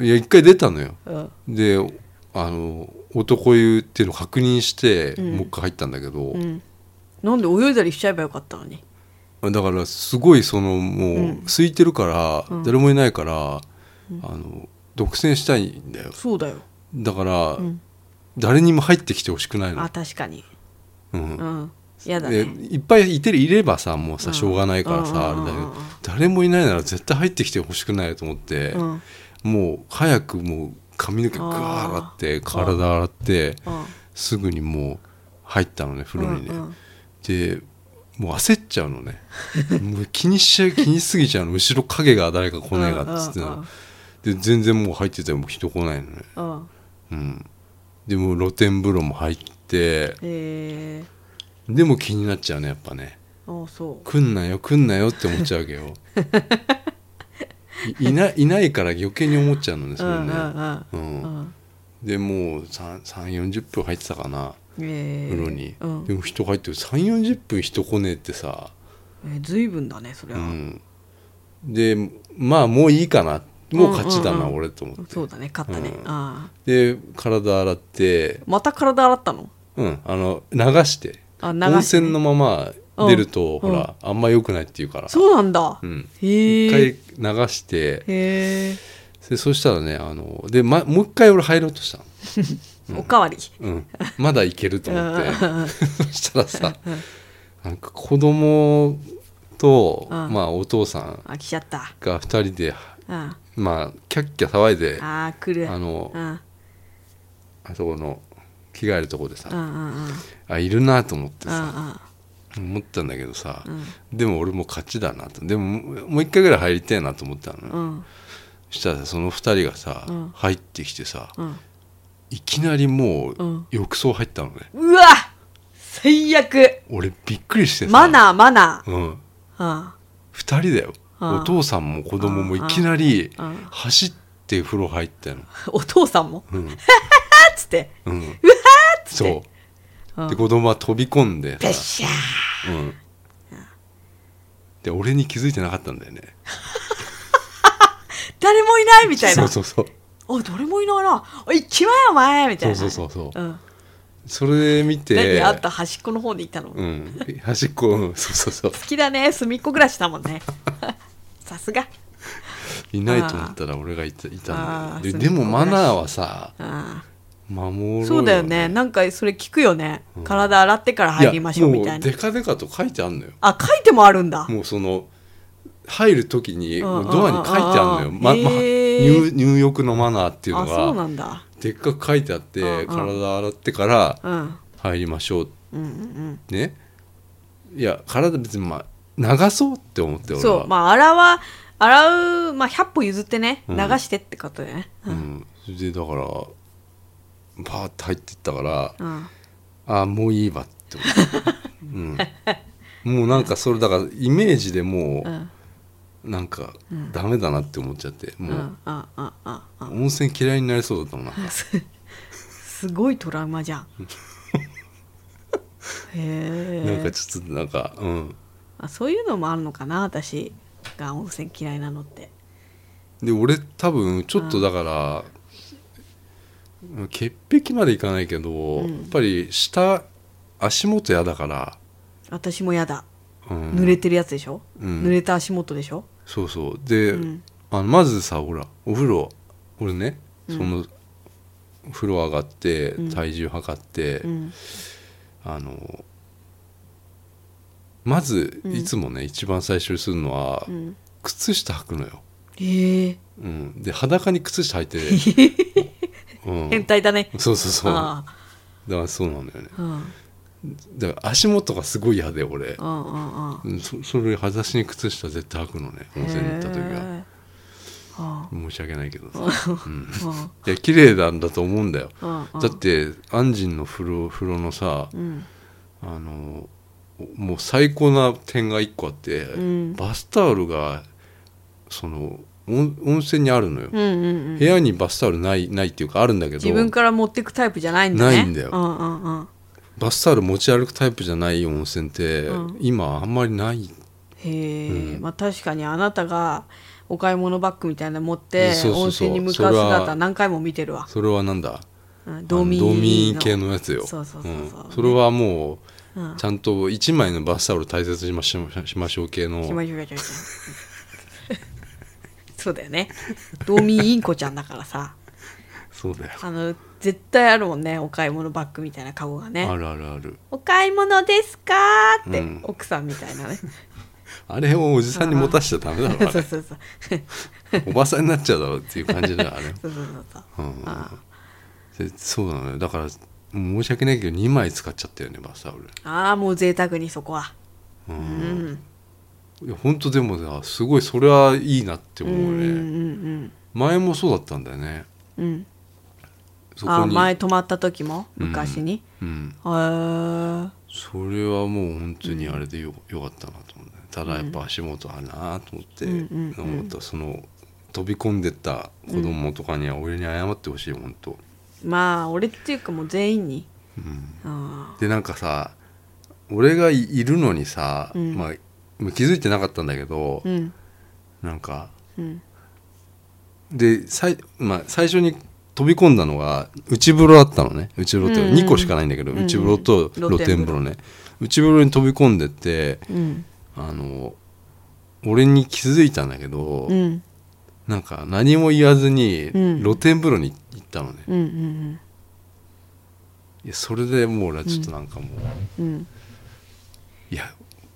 いや一回出たのよ
うん
であの男湯っていうのを確認して、
ん
もう一回入ったんだけど
う、んなんで泳いだりしちゃえばよかったのに
だからすごいそのもう、
うん
空いてるから、
うん
誰もいないから、あの独占したいんだよ
そうだよ、
だから、
うん、
誰にも入ってきてほしくないの
あ、確かに
うん
うんやだ
で
ね
いっぱいいてるいればさもうさしょうがないからさ、
うん
あれだけ
うんうんうん
ど誰もいないなら絶対入ってきてほしくないと思って、
うん
もう早くもう髪の毛ガー洗って体洗って
うん
すぐにもう入ったのね風呂にね、
うんうん
でもう焦っちゃうのねもう気にしちゃう気にしすぎちゃうの後ろ影が誰か来ないかっつってな
うんうんうん
で全然もう入ってても人来ないのね
うん
うんでもう露天風呂も入って
え
でも気になっちゃうねやっぱね
ー、あそう
来んなよ来んなよって思っちゃうわけよい いないないから余計に思っちゃうのねそれね、
うんうんうんうん
でもう3 3 4 0分入ってたかな
えー
風呂に、
うん
でも人入ってる3 4 0分人来ねえってさ、
えー、随分だねそれ
う
は、
ん、でまあもういいかなもう勝ちだな、
うんうんうん
俺と思って
そうだね勝ったね、
うん
ああ
で体洗って、
また体洗ったの
うん、あの流して
あ流して
温泉のまま出ると、
うん
ほら、あんま良くないっていうから
そうなんだ、
うん
へ
一
え
回流して、
へ
でそしたらねあので、ま、もう一回俺入ろうとしたの、
えおかわり
うん、まだいけると思って
うんうんうん
そしたらさなんか子供と、
うん
まあ、お父さん
あ来ちゃった
が二人で、
あ
まあ、キャッキャ騒いであ
あー来る
の
うん
あそこの着替えるとこでさ、
うんうんうん
あいるなと思って
うん
さ、
うん
思ったんだけどさ、
ん
でも俺もう勝ちだなとでももう一回ぐらい入りたいなと思ったのよ、
うん
そしたらさその二人がさ、
うん
入ってきてさ、
うん
いきなりもう、
うん
浴槽入ったのね
うわ最悪
俺びっくりしてさ
マナーマナー
うん、
あ
2人だよ
あ
お父さんも子供もいきなり
ああ
走って風呂入った
ー
の、
お父さんも
うんうん、
あっつって
そうで子供は飛び込んで
ペッ
さ、
シャー
うん、で俺に気づいてなかったんだよね
誰もいないみたい
そ
な
うそうそう
おい誰もいないなおい行きまえお前みたいな
そうそうそうそう
うん
それ見て
何あった端っこの方でいたの
う
好
ん、端っこ、うん、そうそうそう
きだね隅っこ暮らしだもんね さすが
いないと思ったら俺がいたいた
ああ
んだよね
そう
ででもマナーはさ
あ
守ろう
ーそうだよねなんかそれ聞くよね、体洗ってから入りましょうみたい
やもう
な
デカデカと書いてあんのよ
あ書いてもあるんだ
もうその入る時に
うんうんうん
もうドアに書いてあるのよ、まま
へー
入入浴のマナーっていうの
あそうな
が
んだ
でっかく書いてあって、
うんうん
体洗ってから
うん
入りましょう
うんうん
ねいや体別にまあ流そうって思って
うん
俺は
そうまあ洗わ洗う、まあ、100歩譲ってね
う
流
ん
してってことでね
うん、それでだからバーって入ってったから
うん、うん
あもういいわって思って、 うん、もうなんかそれだからイメージでも
うん
うなんかダメだなって思っちゃって
うんう
もうん
うんうんうん
温泉嫌いになりそうだったもんな
すすごいトラウマじゃんへ
なん
え
かちょっとなんかうん
あそういうのもあるのかな私が温泉嫌いなのって
で俺多分ちょっとだから、潔癖までいかないけど、やっぱり下足元嫌だから、
私もやだ
うん
濡れてるやつでしょ、
うん
濡れた足元でしょ
そうそうで、
うん
あのまずさほらお風呂俺ねその、風呂上がって
ん
体重測って、
うん
あのまずいつもね、一番最初にするのは、
うん
靴下履くのよ、
ええ
うん、で裸に靴下履 いて、うん、
変態だね
そうそうそう
ああ
だからそうなんだよね
うんうん
だから足元がすごい嫌で俺
うんうん
うんそそれ裸足に靴下絶対履くのね温泉に行った時は
へえあ
申し訳ないけどさ
あうん
いや綺麗なんだと思うんだよ
うんうん
だって安心の風呂風呂のさ、
ん
あのもう最高な点が1個あって、
ん
バスタオルがその温温泉にあるのよ、
うんうんうん
部屋にバスタオルないないっていうかあるんだけど
自分から持ってくタイプじゃないんだね
ないんだよ
うんうんうん
バスタオル持ち歩くタイプじゃない温泉って、
うん
今あんまりない
へえ、
うん
まあ確かにあなたがお買い物バッグみたいなの持って
そうそ
温
うそう
泉に向かう
それは
姿何回も見てるわ
それはなんだ
うん
あの
ドミー
ドミー系のやつよ
そうそうそうそう、
んそれはも
う
う、
ん
ちゃんと1枚のバスタオル大切にしましょうしましょう系の
しましょうしましょうしましょう そうだよねドミーインコちゃんだからさ
そうだよ
あの絶対あるもんねお買い物バッグみたいなカゴが
あ
ね
るあるある
「お買い物ですか?」って、
うん
奥さんみたいなね
あれをおじさんに持たしちゃダメだ ろあ
そ
れ
うそうそう
おばさんになっちゃうだろうっていう感じだよあ れ
そうそうそうそう
うん
あ
でそうなのよだから申し訳ないけど2枚使っちゃったよねバスタオル
ああもう贅沢にそこは
う
うんん
いや本当でもさすごいそれはいいなって
うんう
思うね、
ん
前もそうだったんだよね
うんうん
そこ
あ
に
前泊まった時も昔に、
うん
へー
それはもう本当にあれでよ,、よかったなと思うねただやっぱ足元あるなと思って、
うんうんうん
思ったその飛び込んでった子供とかには俺に謝ってほしい本当、
まあ俺っていうかもう全員に
うん、
あ
でなんかさ俺がいいるのにさ、
うん
まあ、気づいてなかったんだけど、
ーうん
なんか
うん
で最,、まあ、最初に飛び込んだのが内風呂だったのね内風呂って
うんうん
2個しかないんだけど、
うんうん
内風呂と露天風呂ね内風呂に飛び込んでって
うん
あの俺に気づいたんだけど、
うんうん
なんか何も言わずに
うん
露天風呂に行ったのね、
うんうん
いやそれでもう俺はちょっとなんかもう、
うん
いや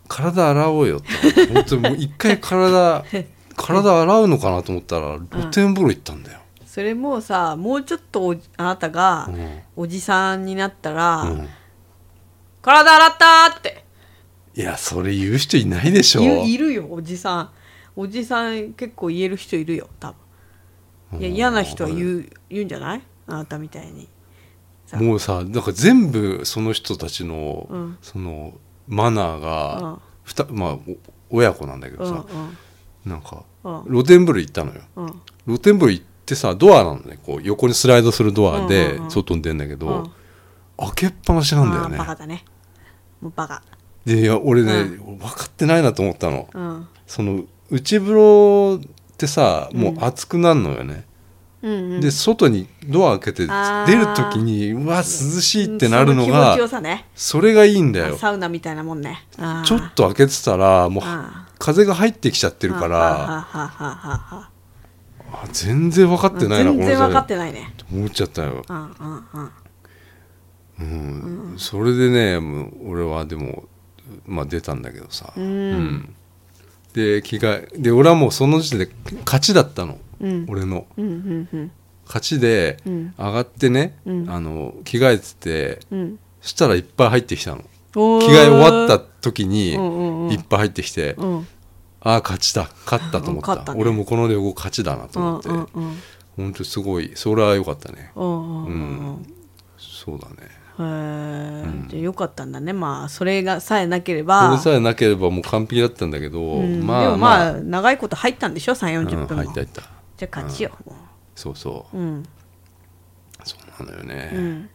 体洗おうよって本当 にもう一回体体洗うのかなと思ったら露天風呂行ったんだよ、
それもさもうちょっとおじあなたが
うん
おじさんになったら「
うん
体洗った!」って
いやそれ言う人いないでしょ
言ういるよおじさんおじさん結構言える人いるよ多分いや嫌な人は言う言うんじゃないあなたみたいにさ
もうさなんか全部その人たちの、
うん
そのマナー
う
が
ん、
ふたまあお親子なんだけど
うんう
さ、
ん
なんか
うん
露天風呂行ったのよ
うん
露天風呂行ってさドアなのねこう横にスライドするドア
うん
で
うんうん
外に出るんだけど、
うん
開けっぱなしなんだよ
あーバカ
ね
だねもうバカ
でいや俺ね、分かってないなと思ったの、
うん
その内風呂ってさもう熱くなるのよね、
うんうん
で外にドア開けて
あー
出る時にうわ涼しいってなるの
そ気持
が
ちよさね
それがいいんだよ
サウナみたいなもんねあー
ちょっと開けてたらもう
あ
風が入ってきちゃってるか
は
ら
はははは
あ全然分かってないな
全然
この
分か
人
ってないね
思っちゃったよ、
うんうんうん
うんそれでねもう俺はでも、まあ、出たんだけどさ、うんで着替えで俺はもうその時点で勝ちだったの、
うん
俺の
うんうんうん
勝ちで
うん
上がってね、
うん
あの着替えてて
うん
そしたらいっぱい入ってきたの
着
着替え終わった時に
うんうんうん
いっぱい入ってきて、
うん
ああ勝ちだ勝ったと思った,、
勝ったね
俺もこの旅行勝ちだなと
うん
思って、
うんうん
本当にすごいそれは良かったね
うんうんう
うんんそうだね
へーじゃあよかったんだねまあそれがさえなけれ
そ
ば
れさえなければもう完璧だったんだけど、
うんでも
まあ
ま
ま
あ
あ、
長いこと入ったんでしょ
う
3
ん、
4 0分
入っ
も
た入った
じゃあ勝ちよも
そうそう
ううん
そうなのよね、
うん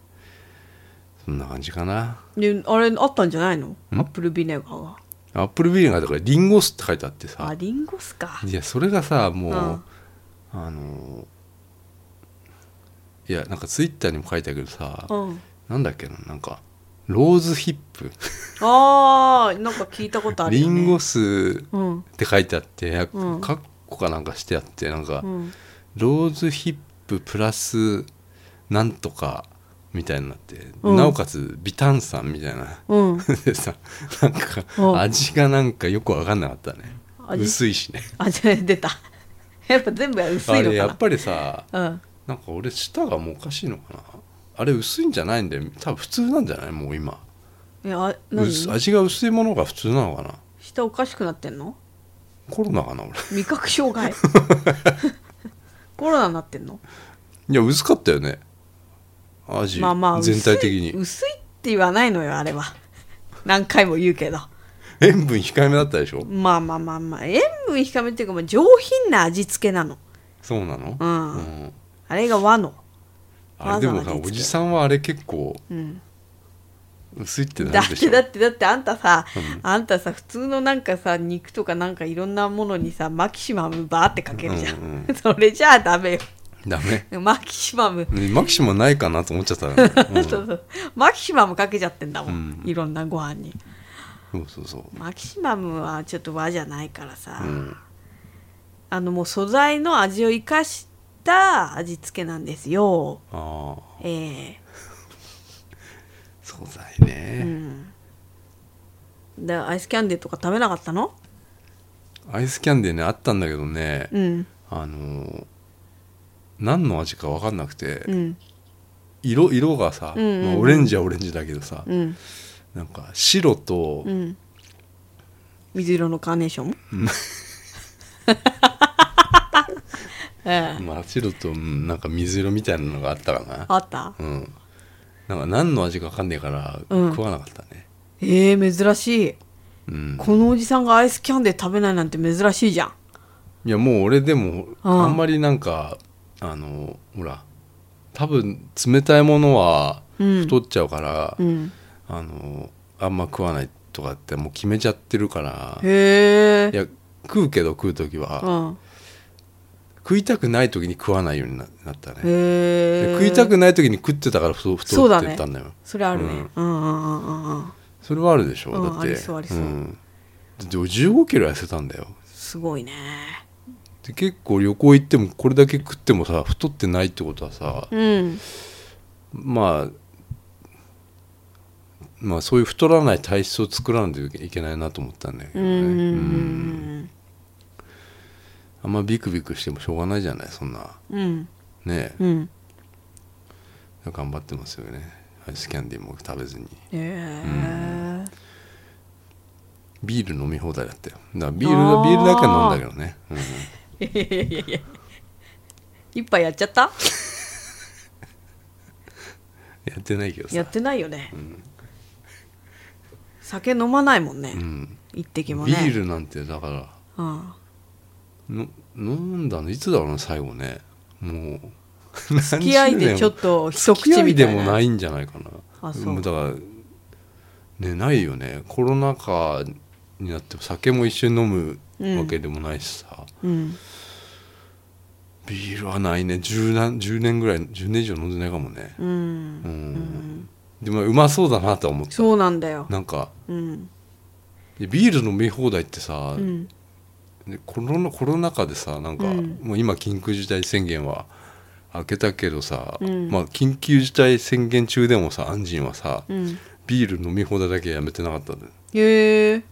そんな感じかな
であれあったんじゃないのアップルビネガーが
アップルビーガーだからリンゴ酢って書いてあって
あ
さ
リンゴ酢か
いやそれがさもう、
うん
あのいやなんかツイッターにも書いてあるけどさ、
うん
なんだっけななんかローズヒップ
あーなんか聞いたことある
リ
よね
ンゴ酢
うん
って書いてあって、
うん
カッコかなんかしてあってなんか、
うん
ローズヒッププラスなんとかみたいになって、
うん
なおかつ微炭酸みたいな、
うん
でさなんか
うん
味がなんかよく分かんなかったね
味
薄いしね
あ、じゃあ出た。 やっぱ全部薄
あ
いの
れやっ
か
ぱりさ
なうん
なんか俺舌がもうおかしいのかなあれ薄いんじゃないんだよ多分普通なんじゃないもう今
いやあ何
薄味が薄いものが普通なのかな
舌おかしくなってんの
コロナかな俺
味覚障 害コロナになってんの
いや薄かったよね味、
まあまあ薄い
全体的に
薄いって言わないのよあれは何回も言うけど
塩分控えめだったでしょ
まあまあまあまあ塩分控めっていうかまあ上品な味付けなの
そうなの、
うん
うん
あれが和の
あれでも
わざ
さ
わざ味付け
おじさんはあれ結構
うん
薄いってな
だっ
るでしてょ
だってだってあんたさ、
うん
あんたさ普通のなんかさ肉とかなんかいろんなものにさマキシマムバーってかけるじゃん、
うん
それじゃあダメ
ダメ
よマキシマム、
ねマキシもないかなと思っちゃったのよ、 う ん
そ
そう
そうマキシマムかけちゃってんだもん
う、ん
いろんなご飯に
うそうそう
マキシマムはちょっと和じゃないからさ、
うん
あのもう素材の味を生かした味付けなんですよ
ああ
え
素材
え
ね、
うんでアイスキャンデーとか食べなかったの
アイスキャンデーねあったんだけどね、
うん
あのー何の味か分かんなくて、
うん
色色がさ、
うんうんうん
まあオレンジはオレンジだけどさ、
うん
なんか白と、
うん水色のカーネーションええ
まあ、白とうんなんか水色みたいなのがあったかな
あった
うんなんか何の味か分かんねえから、
うん
食わなかったね
ええ珍しい
うん
このおじさんがアイスキャンデー食べないなんて珍しいじゃん
いやもう俺でも
ああ
あんまりなんかあのほら多分冷たいものは
うん
太っちゃうから、
うん
あのあんま食わないとかってもう決めちゃってるから
へ
い
え
や食うけど食う時は、
うん
食いたくない時に食わないようにななったね、
へ
で
え
食いたくない時に食ってたから太
そう
太
だ
っ
ね
てったんだよそ
それあるねうんうんうんうんうん
れはあるでしょ、
うん
だって
ありそうありそうん
だって俺15キロ痩せたんだよ
すごいね
で結構旅行行ってもこれだけ食ってもさ太ってないってことはさ、
うん
まあまあそういう太らない体質を作らないといけないなと思ったんだけど
うんう
ね、
んう
うん
ん
あんまビクビクしてもしょうがないじゃないそんな
うん
ね
う、ん
頑張ってますよねアイスキャンディーも食べずに
へえ
ビール飲み放題だったよだからビールだビールだけは飲んだけどね、うん
いやいやいやいや一杯やっちゃった
やってないけどさ
やってないよね、酒飲まないもんね、
うん、
一滴も
ビ
ね
ールなんてだか
うん
らの飲んだのいつだろうな最後ねもう
付き合いでちょっ
と
と一
付き合
口
い
み
で
たい
もな
ない
んじゃないかな
あそう
もだからねないよねコロナ禍になって酒も一緒に飲むわけでもないしさ、
うん
ビールはないね10何10年ぐらい10年以上飲んでないかもね
うん、
うん、でもうまそうだなとは思った
そうなんだよ
なんか
うん
でビール飲み放題ってさ、
うん
でコロナコロナ禍でさなんか、
うん
もう今緊急事態宣言は開けたけどさ、
うん
まあ、緊急事態宣言中でもさアンジンはさ、
うん
ビール飲み放題だけやめてなかったんだよ
へえ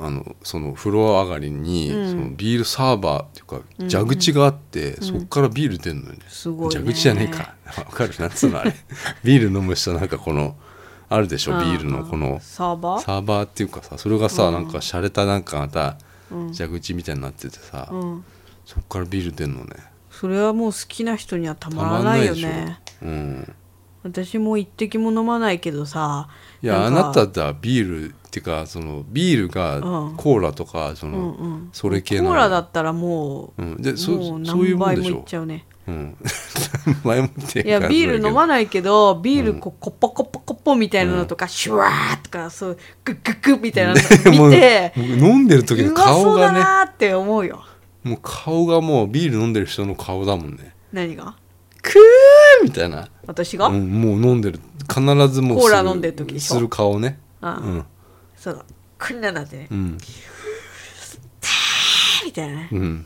あのその風呂上がりに、
うん
そのビールサーバーっていうか
うん
蛇口があって、そこからビール出んのよね,、
すごいね
蛇口じゃねえか わかるなんつうのあれビール飲む人なんかこのあるでしょビールのこの
サーバー
サーバーっていうかさそれがさ、なんか洒落たなんかまた
うん
蛇口みたいになっててさ、
うん
そっからビール出んのね
それはもう好きな人にはたまらないよね
ょうん
私も一滴も飲まないけどさ
いやあ
んか
なただビールっていうかそのビールが
うん
コーラとかその、
うんうん
それ系なの
コーラだったらもう、
うんでそ
もう
そうい
何
うもん
倍
で
も
し
い
ょ
っちゃうね
うん、前もって
いやビール飲ま
ない
ないけどビールこうコッポコッポコッポみたいなのとか、シュワーとかそうグッグッグッみたいなの見て
飲んでる時
う
の
まそ
顔
う
が
だ
ね
なーって思うよ
もう顔がもうビール飲んでる人の顔だもんね
何が
クーみたいな、
私が、
うん、もう飲んでる必ずもう
コーラ
す
飲んでる時でしょ
する顔ね
ああ
うん
そうだこんななってね、
うん、
みたいなね
うん、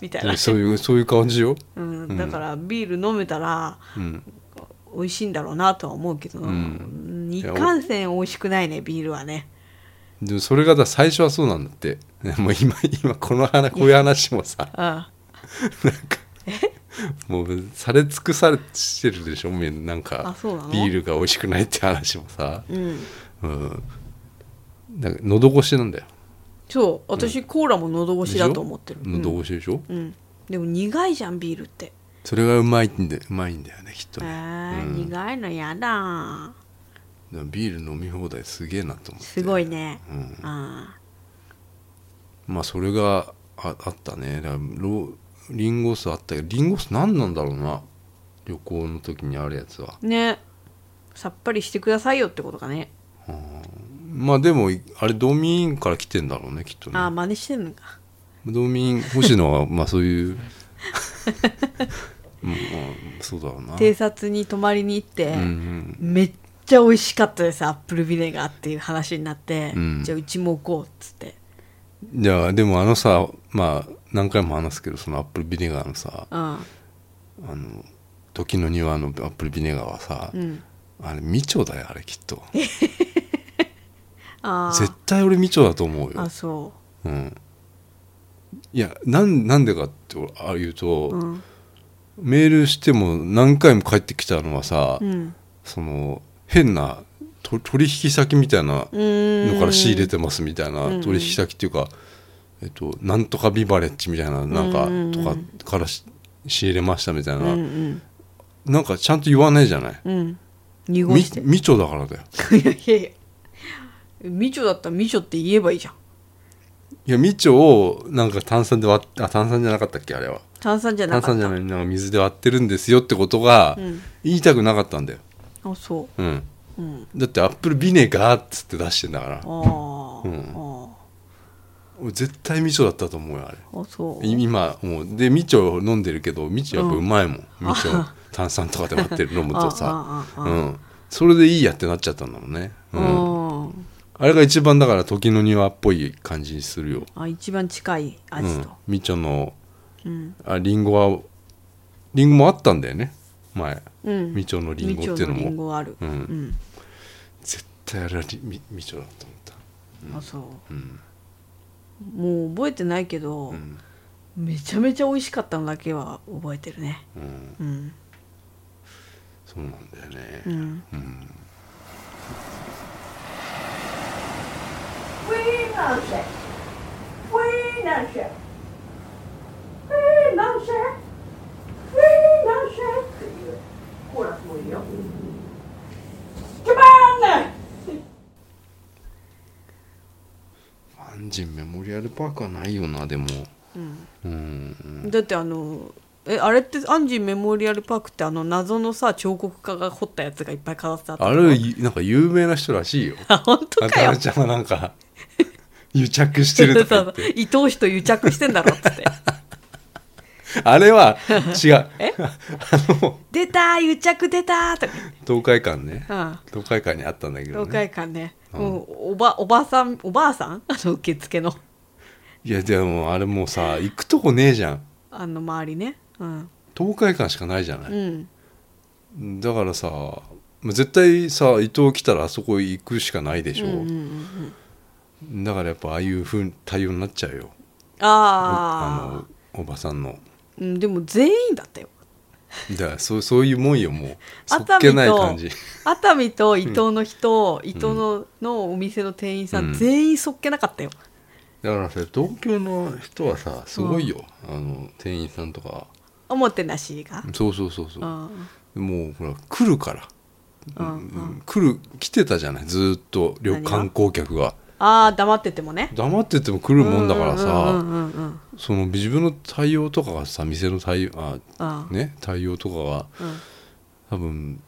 みたいな、
そういうそういう感じよ
うん、だからビール飲めたら
うん
美味しいんだろうなとは思うけど、
ん
いかんせん美味しくないねビールはね
でそれがだ最初はそうなんだってねもう今今この話こういう話もさ
あ
もうされ尽くされてるでしょみんななんか
あそうなの
ビールが美味しくないって話もさ、
あうん
うん、なんか喉越しなんだよ
そう私コーラも喉越しだと思ってるうん
喉越しでしょ、
うんでも苦いじゃんビールって
それがうまいんでうまいんだよねきっと
え
ね、
ー
うん
苦いのやだ
だからビール飲み放題すげえなと思って
すごいね
うん
あ
まあそれがああったねだからロリンゴ酢あったけどリンゴ酢何なんだろうな旅行の時にあるやつは
ーねさっぱりしてくださいよってことかね
まあでもあれドミーンから来てんだろうねきっとね
ああ真似してんのか
ドミーン星野はまあそういう うんまあそうだろ うな
偵察に泊まりに行って、
うん
めっちゃ美味しかったですアップルビネガーっていう話になって、
うん
じゃあうちも行こうっつって
うん、いやでもあのさまあ何回も話すけどそのアップルビネガーのさ
うん
あの時の庭のアップルビネガーはさ、
うん
あれみちょだよあれきっと
あ
絶対俺みちょだと思う
あ
よ
あ、そ
うん、いやなんなんでかって俺あ言うと、
ううん
メールしても何回も帰ってきたのはさ、
うん
その変なと取引先みたいな
うーん
のから仕入れてますみたいな、
うん
取引先っていうか、えっと、なんとかビバレッジみたいななんか、
うん
とかからし仕入れましたみたいな、
うんうん
なんかちゃんと言わないじゃない
うん濁
み
して
みちょだからだよ
いやいやいやみちょだったらみちょって言えばいいじゃん
いやみちょをなんか炭酸で割っあ炭酸じゃなかったっけあれは
炭酸じゃなか
炭
った
酸じゃないなんか水で割ってるんですよってことが
うん
言いたくなかったんだよ、
あそう
うん、
うん
だってアップルビネガーっつって出してんだから
あー、
うん
あ
俺絶対みちょだったと思うよあれ
ーあそう
い今もうでみちょ飲んでるけどみちょやっぱうまいもん、みちょ炭酸とかで割ってる飲むとさ、
ああああ
うん、それでいいやってなっちゃったんだもんね、う、
うんん、
あれが一番だから時の庭っぽい感じにするよ、
あ一番近いう味
ん
と、、
みちょの
うん
あリンゴはリンゴもあったんだよね前、
うん
みちょのリンゴってい
みち
うの
ょのリン
も
ゴある、
うん
うん
絶対あれはリみみちょだと思った
あそう、
ん
もう覚えてないけど、めちゃめちゃ美味しかったのだけは覚えてるね
うん
うん
そうなんだよね、
うん
安仁メモリアルパークはないよなでもうん
だってあのえあれってアンジンメモリアルパークってあの謎のさ彫刻家が彫ったやつがいっぱい飾ってあった
あれいなんか有名な人らしいよ
あ本当
渡
かよ
辺ちゃんはなんか癒着してるとか言って
伊藤氏と癒着してんだろっつって
あれは違う
え
あの
出たー癒着出たーとか
東海館ね
うん
東海館にあったんだけど、
東
ね、
海館ね、うん、おばおばさんおばあさんあ の受付の
いやでもあれもうさ行くとこねえじゃん
あの周りねうん、
東海館しかないじゃな
う
い、
ん、
だからさもう絶対さ伊東来たらあそこ行くしかないでしょ、
うんうんうん
だからやっぱああいうふう対応になっちゃうよ
ああ
のおばさんの
うんでも全員だったよ
だからそうそういうもんよもうそっ
熱
け
海
ない
と
感じ
熱海と伊東の人、伊東ののお店の店員さん、
うん
全員そっけなかったよ
だからさ東京の人はさすごいよ、あの店員さんとか
おもてなしが、
そうそうそうそううんもうほら来るから、
うん
うん来る来てたじゃないずーっと旅
何が
観光客が
ああ黙っててもね
黙ってても来るもんだからさ、
うんうんうんうん
その自分の対応とかがさ店の対応あ、
あー
ね、対応とかは
うん
多分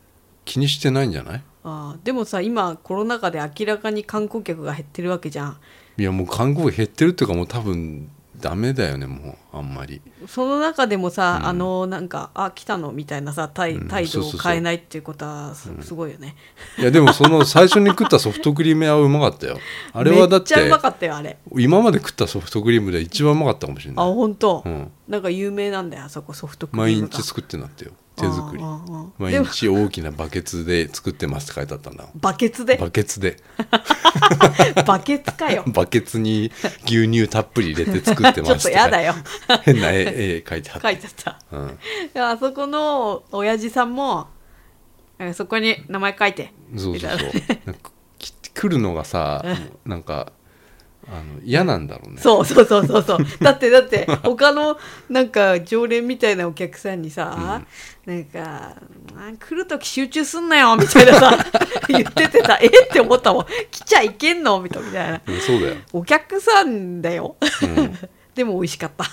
気にしてないんじゃない
あーでもさ今コロナ禍で明らかに観光客が減ってるわけじゃん
いやもう観光減ってるっていうかもう多分ダメだよねもうあんまり
その中でもさ、あのなんか「あ来たの」みたいなさ態
うん
態度
そう
を
そうそう
変えないっていうことはすすごいよね、
いやでもその最初に食ったソフトクリーム屋はうまかったよあれはだっ
めっちゃう
て
まかったよあれ
今まで食ったソフトクリームで一番うまかったかもしれ
あ
ない
本当、
うん
なんか有名なんだよあそこソフトクリ
毎
ームが
日作ってんだってよ手作り
あーあーあーで
毎
も
日大きなバケツで作ってますって書いてあったんだ
バケツで
バケツで
バケツかよ
バケツに牛乳たっぷり入れて作ってま
ち
す
ょっと やだよ
変な絵絵描いてあっ
書
た、
いちゃった
うん
であそこの親父さんもなんかそこに名前書いて
そう
み
そう
たい
そう
な
なんかき来るのがさなんかあの嫌なんだろうね
そうそうそうそう そうだってだって他のなんか常連みたいなお客さんにさ、なんか「あ来る時集中すんなよ」みたいなさ 言っててさ「えっ?」て思ったもん「来ちゃいけんの?」みたいな
うんそうだよ、
お客さんだよ、
うん、
でも美味しかった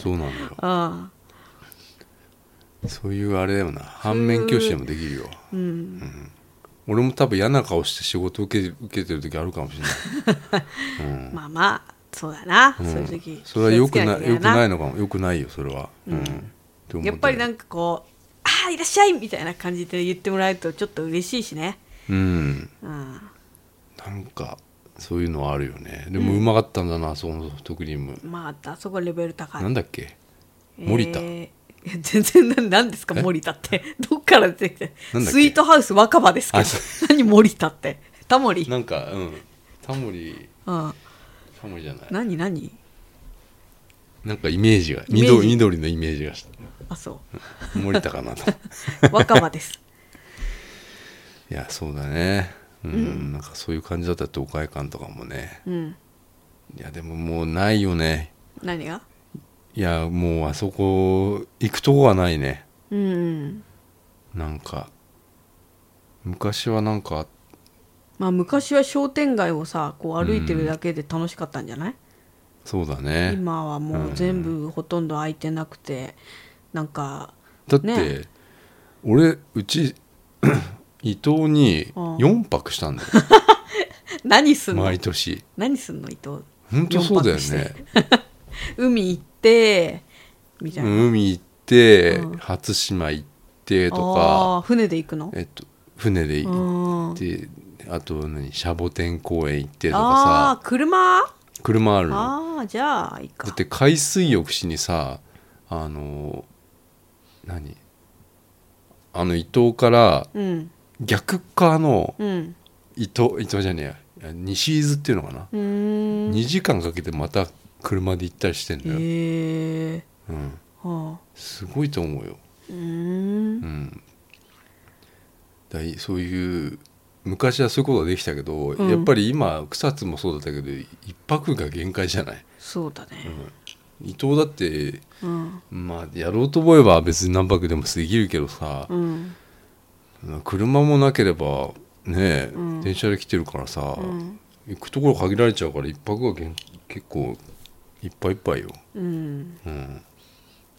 そうなんだよ
あ
そういうあれだよな反面教師でもできるよ、
あうん
俺も多分嫌な顔して仕事受け受けてる時あるかもしれない、うん
まあまあそうだな、
うん
そういう時
それは良くな
気をつ
い
け
良
きゃ
く
け
ないのかも良くないよそれは、うんって思
やっぱりな
か
んかこう「ああいらっしゃい!」みたいな感じで言ってもらえるとちょっと嬉しいしね、
うん
うん、
なんかそういうのはあるよねでもうまかったんだな、そのソフトクリーム、
まああそこレベル高い
なんだっけ森田
えーいや全然な何ですか
え
森田ってどっから出てきて
なんだっ
ス
け
イートハウス若葉ですけ
あそ
ど何森田ってタモリ、うん、
なんかうんタモリタモリじゃない
何何
なんかイメージが
イメージ
緑緑のイメージがし
あそ
た森田かなと
う若葉 です
いやそうだねうん、なんかそういう感じだったら都会感とかもね
うん
いやでももうないよね
何が
いやもうあそこ行くとこがないね
うん
なんか昔はなんか
まあ昔は商店街をさこう歩いてるだけで楽しかったんじゃない、
そうだね
今はもう全部ほとんど空いてなくて、なんか
だって、
ね
俺うち 伊東に
うん
4泊したん だよ
何すんの
毎年
何すんの伊藤
本当そうだよ
四泊
ね
海行ってみたいな、
海行って、
うん
初島行ってと
あ
か
あ船で行くの
えっと船で
う
行
ん
ってあと何シャボテン公園行ってと
ああ
か
ー車あ
さ車あるの
あじゃあいいか
だって海水浴しにさあの何あの伊東から
うん
逆側の
うん
伊東伊東じゃねえや西伊豆っていうのかな、
うーん
2時間かけてまた車で行ったりしてんのよ、
へえ
うん、
はあ
すごいと思うよ、
うー
うんん、だいそういう昔はそういうことができたけど、
うん
やっぱり今草津もそうだったけど一泊が限界じゃない、
そうだ
う
ね
ん、伊東だって
うん
まあやろうと思えば別に何泊でもできるけどさ、
うん
車もなければね、
うん
電車で来てるからさ、
うん
行くところ限られちゃうから一泊は限結構いっぱいいっぱいよ、
うん
うん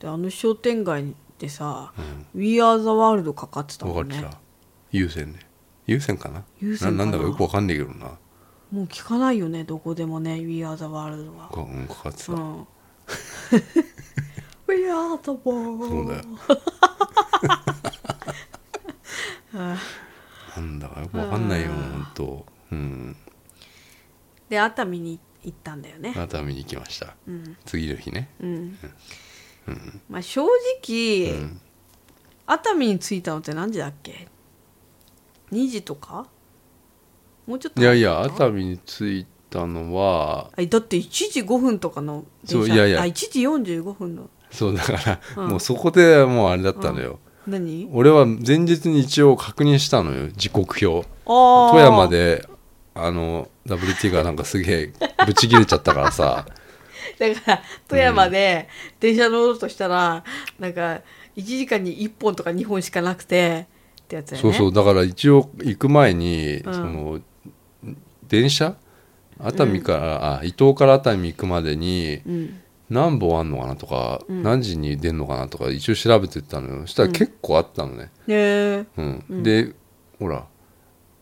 であの商店街でさ
うん、
「We are the world」かかってた
分
も
か
ん
る
ね
た優先ね優先かな
有線かな
なんだかよくわかんないけどな
もう聞かないよねどこでもね「We are the world は」
か,、うん、かかってた、
うん「We are the world」
そうだよなんだかよくわかんないよほんとうん
で熱海に行ったんだよね
熱海に行きました
うん
次の日ね
うんまあ正直、
うん
熱海に着いたのって何時だっけ2時とかもうちょっと
いやいや熱
あ
海に着いたのは
だって1時5分とかの電車
そういやいや
あ1時45分の
そうだから、
うん
もうそこでもうあれだったのよ、
何
俺は前日に一応確認したのよ時刻表
ああ
富山であの WT がなんかすげえブチ切れちゃったからさ
だから富山で電車乗ろうとしたら、なんか1時間に1本とか2本しかなくてってやつだよ
そ
ね
うそう
う
だから一応行く前に、
うん
その電車熱海から、あ伊東から熱海行くまでに
ん
何本あんのかなとか、
うん
何時に出んのかなとか一応調べてったのよそしたら結構あったのね、
ねえ
うん
うん
でほら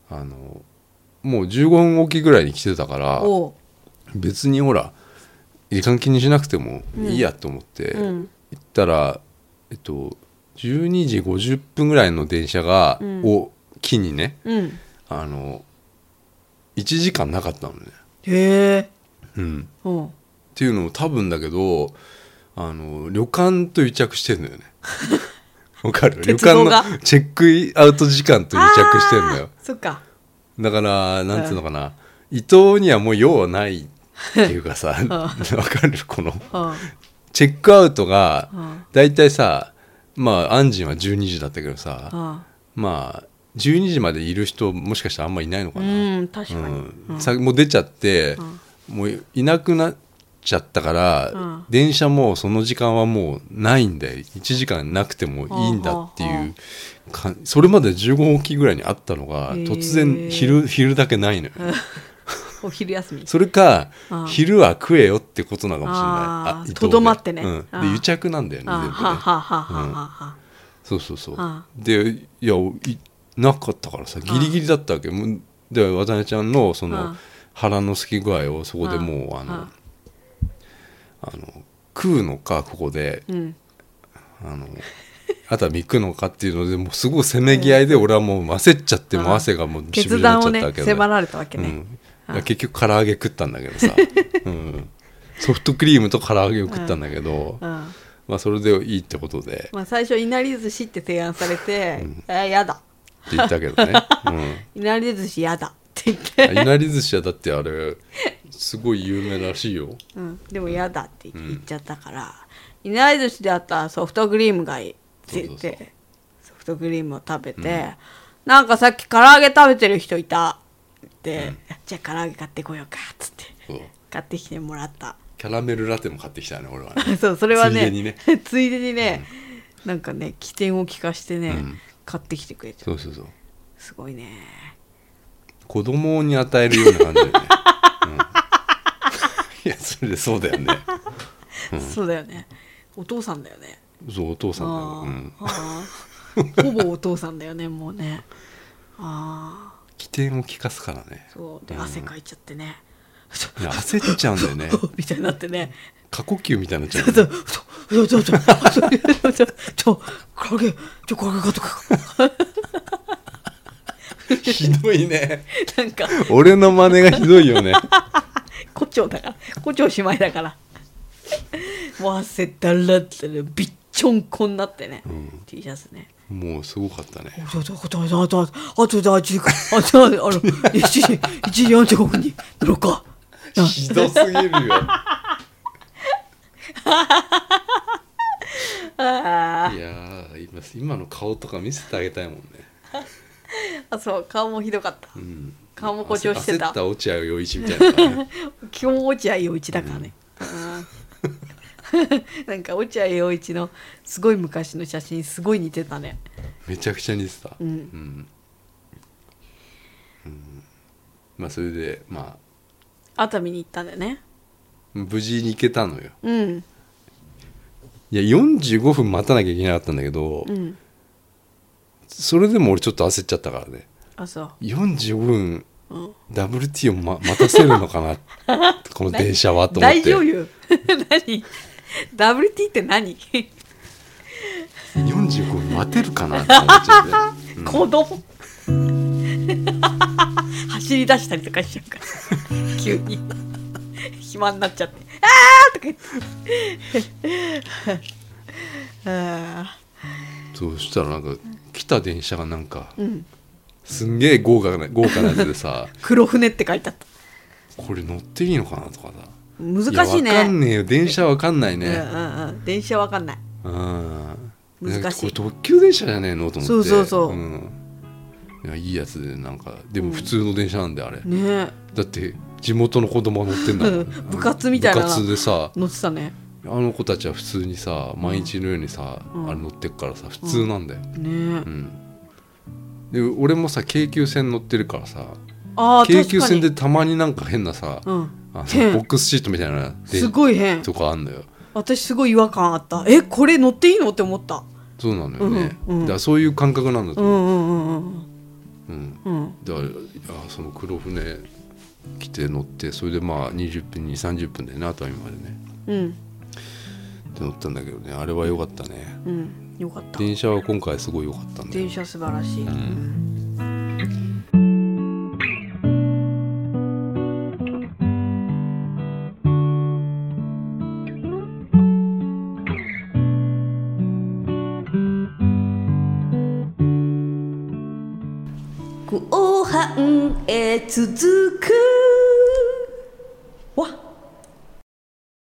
あのもう15分おきぐらいに来てたから
おう
別にほら時間気にしなくてもいいやと思って、行ったらえっと12時50分ぐらいの電車が、を機にね
うん
あの1時間なかったのね。
へえ
うん、
うん
っていうのも多分だけどあの旅館と癒着してん だよねわかる旅
鉄
館
道
の
が
チェックアウト時間と癒着してんだよ
あーそっか
だからなんていうのかな、伊藤にはもう用はないっていう かさわかるこの
うん
チェックアウトが
うん
大体さまあアンジンは12時だったけどさ、
あ
まあ12時までいる人もしかしたらあんまいないのか
う
な、
ん確かに
うん、さもう出ちゃって、もういなくなっちゃったから、
うん
電車もその時間はもうないんだよ1時間なくてもいいんだっていう
はあは
かそれまで15分おきぐらいにあったのが
へえ
突然昼昼だけないのよ、
お昼休み
それか
ああ
昼は食えよってことなのかもしれない
ああ
あ伊藤が
とどまってね
うん、で
ああ
癒着なんだよね
あ
全部ね
はあはあはあはあはあ
そうそうそう
ああ
でいやいなかったからさギリギリだったわけもうで渡辺ちゃんのそ
あ
の
あ
腹のすき具合をそこでもうあの
あ
あの食うのかここで
うん
あの熱海行くのかっていうのでもうすごいせめぎ合いで俺はもう焦っちゃってもう汗がもうびしょ
決
びしょ
断をね
になっちゃったわけ
迫られたわけ
う
ね
ん、だから結局唐揚げ食ったんだ けどさ、うん、ソフトクリームと唐揚げを食ったんだけど、
うん
まあ、それでいいってことで
まあ最初いなり寿司って提案されて「えやだ
って言った けどね、
いなり寿司やだ」って言っ
うん、い
て
なり寿司はだってあれすごい有名らしいよ
うんでもやだって言っちゃったからいなり寿司であったらソフトクリームがいいって言っ
そう
てソフトクリームを食べてなんかさっき唐揚げ食べてる人いたってじゃあ唐揚げ買ってこようかっつって
そう
買ってきてもらった
キャラメルラテも買ってきたね俺はね
そうそれはね
ついでにね
ついでにねなんかね起点を利かしてね、
ん
買ってきてくれて
そうそうそう
すごいね
子供に与えるような感じだよね、 うん、いやそれでそうだよね
そうだよねお父さんだよね
そうお父さんだよ
あ、
う
ー
ん、
あーほぼお父さんだよねもうねああ
起点を利かすからね
そうで汗かいちゃってね、
いや焦っちゃうんだよ ね
みたいになってね
過呼吸みたいになっちゃう
ちょっとちょっとちょっとちょっとちょっとこれちょこれかとか
ひどいね
なんか
俺の真似がひどいよね
胡蝶だから胡蝶姉妹だからもう汗だらってねびっちょんこになってね、T シャツね
もうすごかったね
あとあとあとあとあとあとあの1時1時45分に乗ろうか
ひどすぎるよ
あ
いやー今今の顔とか見せてあげたいもんね、
あそう顔もひどかった、
うん、
顔も誇張して
焦
た
った落合陽一みたいな、ね、
基本落合陽一だからね、うん なんか落合陽一のすごい昔の写真すごい似てたね
めちゃくちゃ似てたうんうんまあそれでまあ
熱海に行ったんだよね
無事に行けたのよ
うん
いや45分待たなきゃいけなかったんだけど、
うん
それでも俺ちょっと焦っちゃったからね
あそう
45分 WT を、ま、待たせるのかな この電車はと思っ
大
て
女優 何 WT って何
45分待てるか なって思っちゃって
子供 走り出したりとかしちゃうから 急に暇になっちゃって「あー!」とか言って あ
そうしたらなんか来た電車がなんか、
ん
すんげえ豪華な豪華なやつ で
ー
さ
黒船って書いてあった
これ乗っていいのかなとかさ
難しいね
やわかんねえよ電車わかんない
うん
ね、
うんうん、電車わかんない
うん、
難しい
なんかこれ特急電車じゃねえのと思って
そうそうそうん
いやいいやつでなんかでも普通の電車なんであれ、
ね
だって地元の子供が乗ってんだもん
部活みたいな
部活でさ
乗ってたね
あの子たちは普通にさ毎日のようにさ、
ん
あれ乗ってっからさ普通なんだよ、
ね
うんで俺もさ京急線乗ってるからさ
ああ
京急線で
確
たまになんか変なさ、
かに、うん、
あの
変
ボックスシートみたいなです
ごい変
とかあんのよ
私すごい違和感あったえこれ乗っていいのって思った
そうなのよね、
うんうん
だからそういう感覚なんだと
うん
思う、
うんうんうん
う
う
ん
ん
だからいやその黒船来て乗ってそれでまあ20分に30分だよね熱海までね
うん
で乗ったんだけどねあれは良かったね
うんよかった
電車は今回すごい良かったんだよ
電車素晴らしい、うん
後半へ続く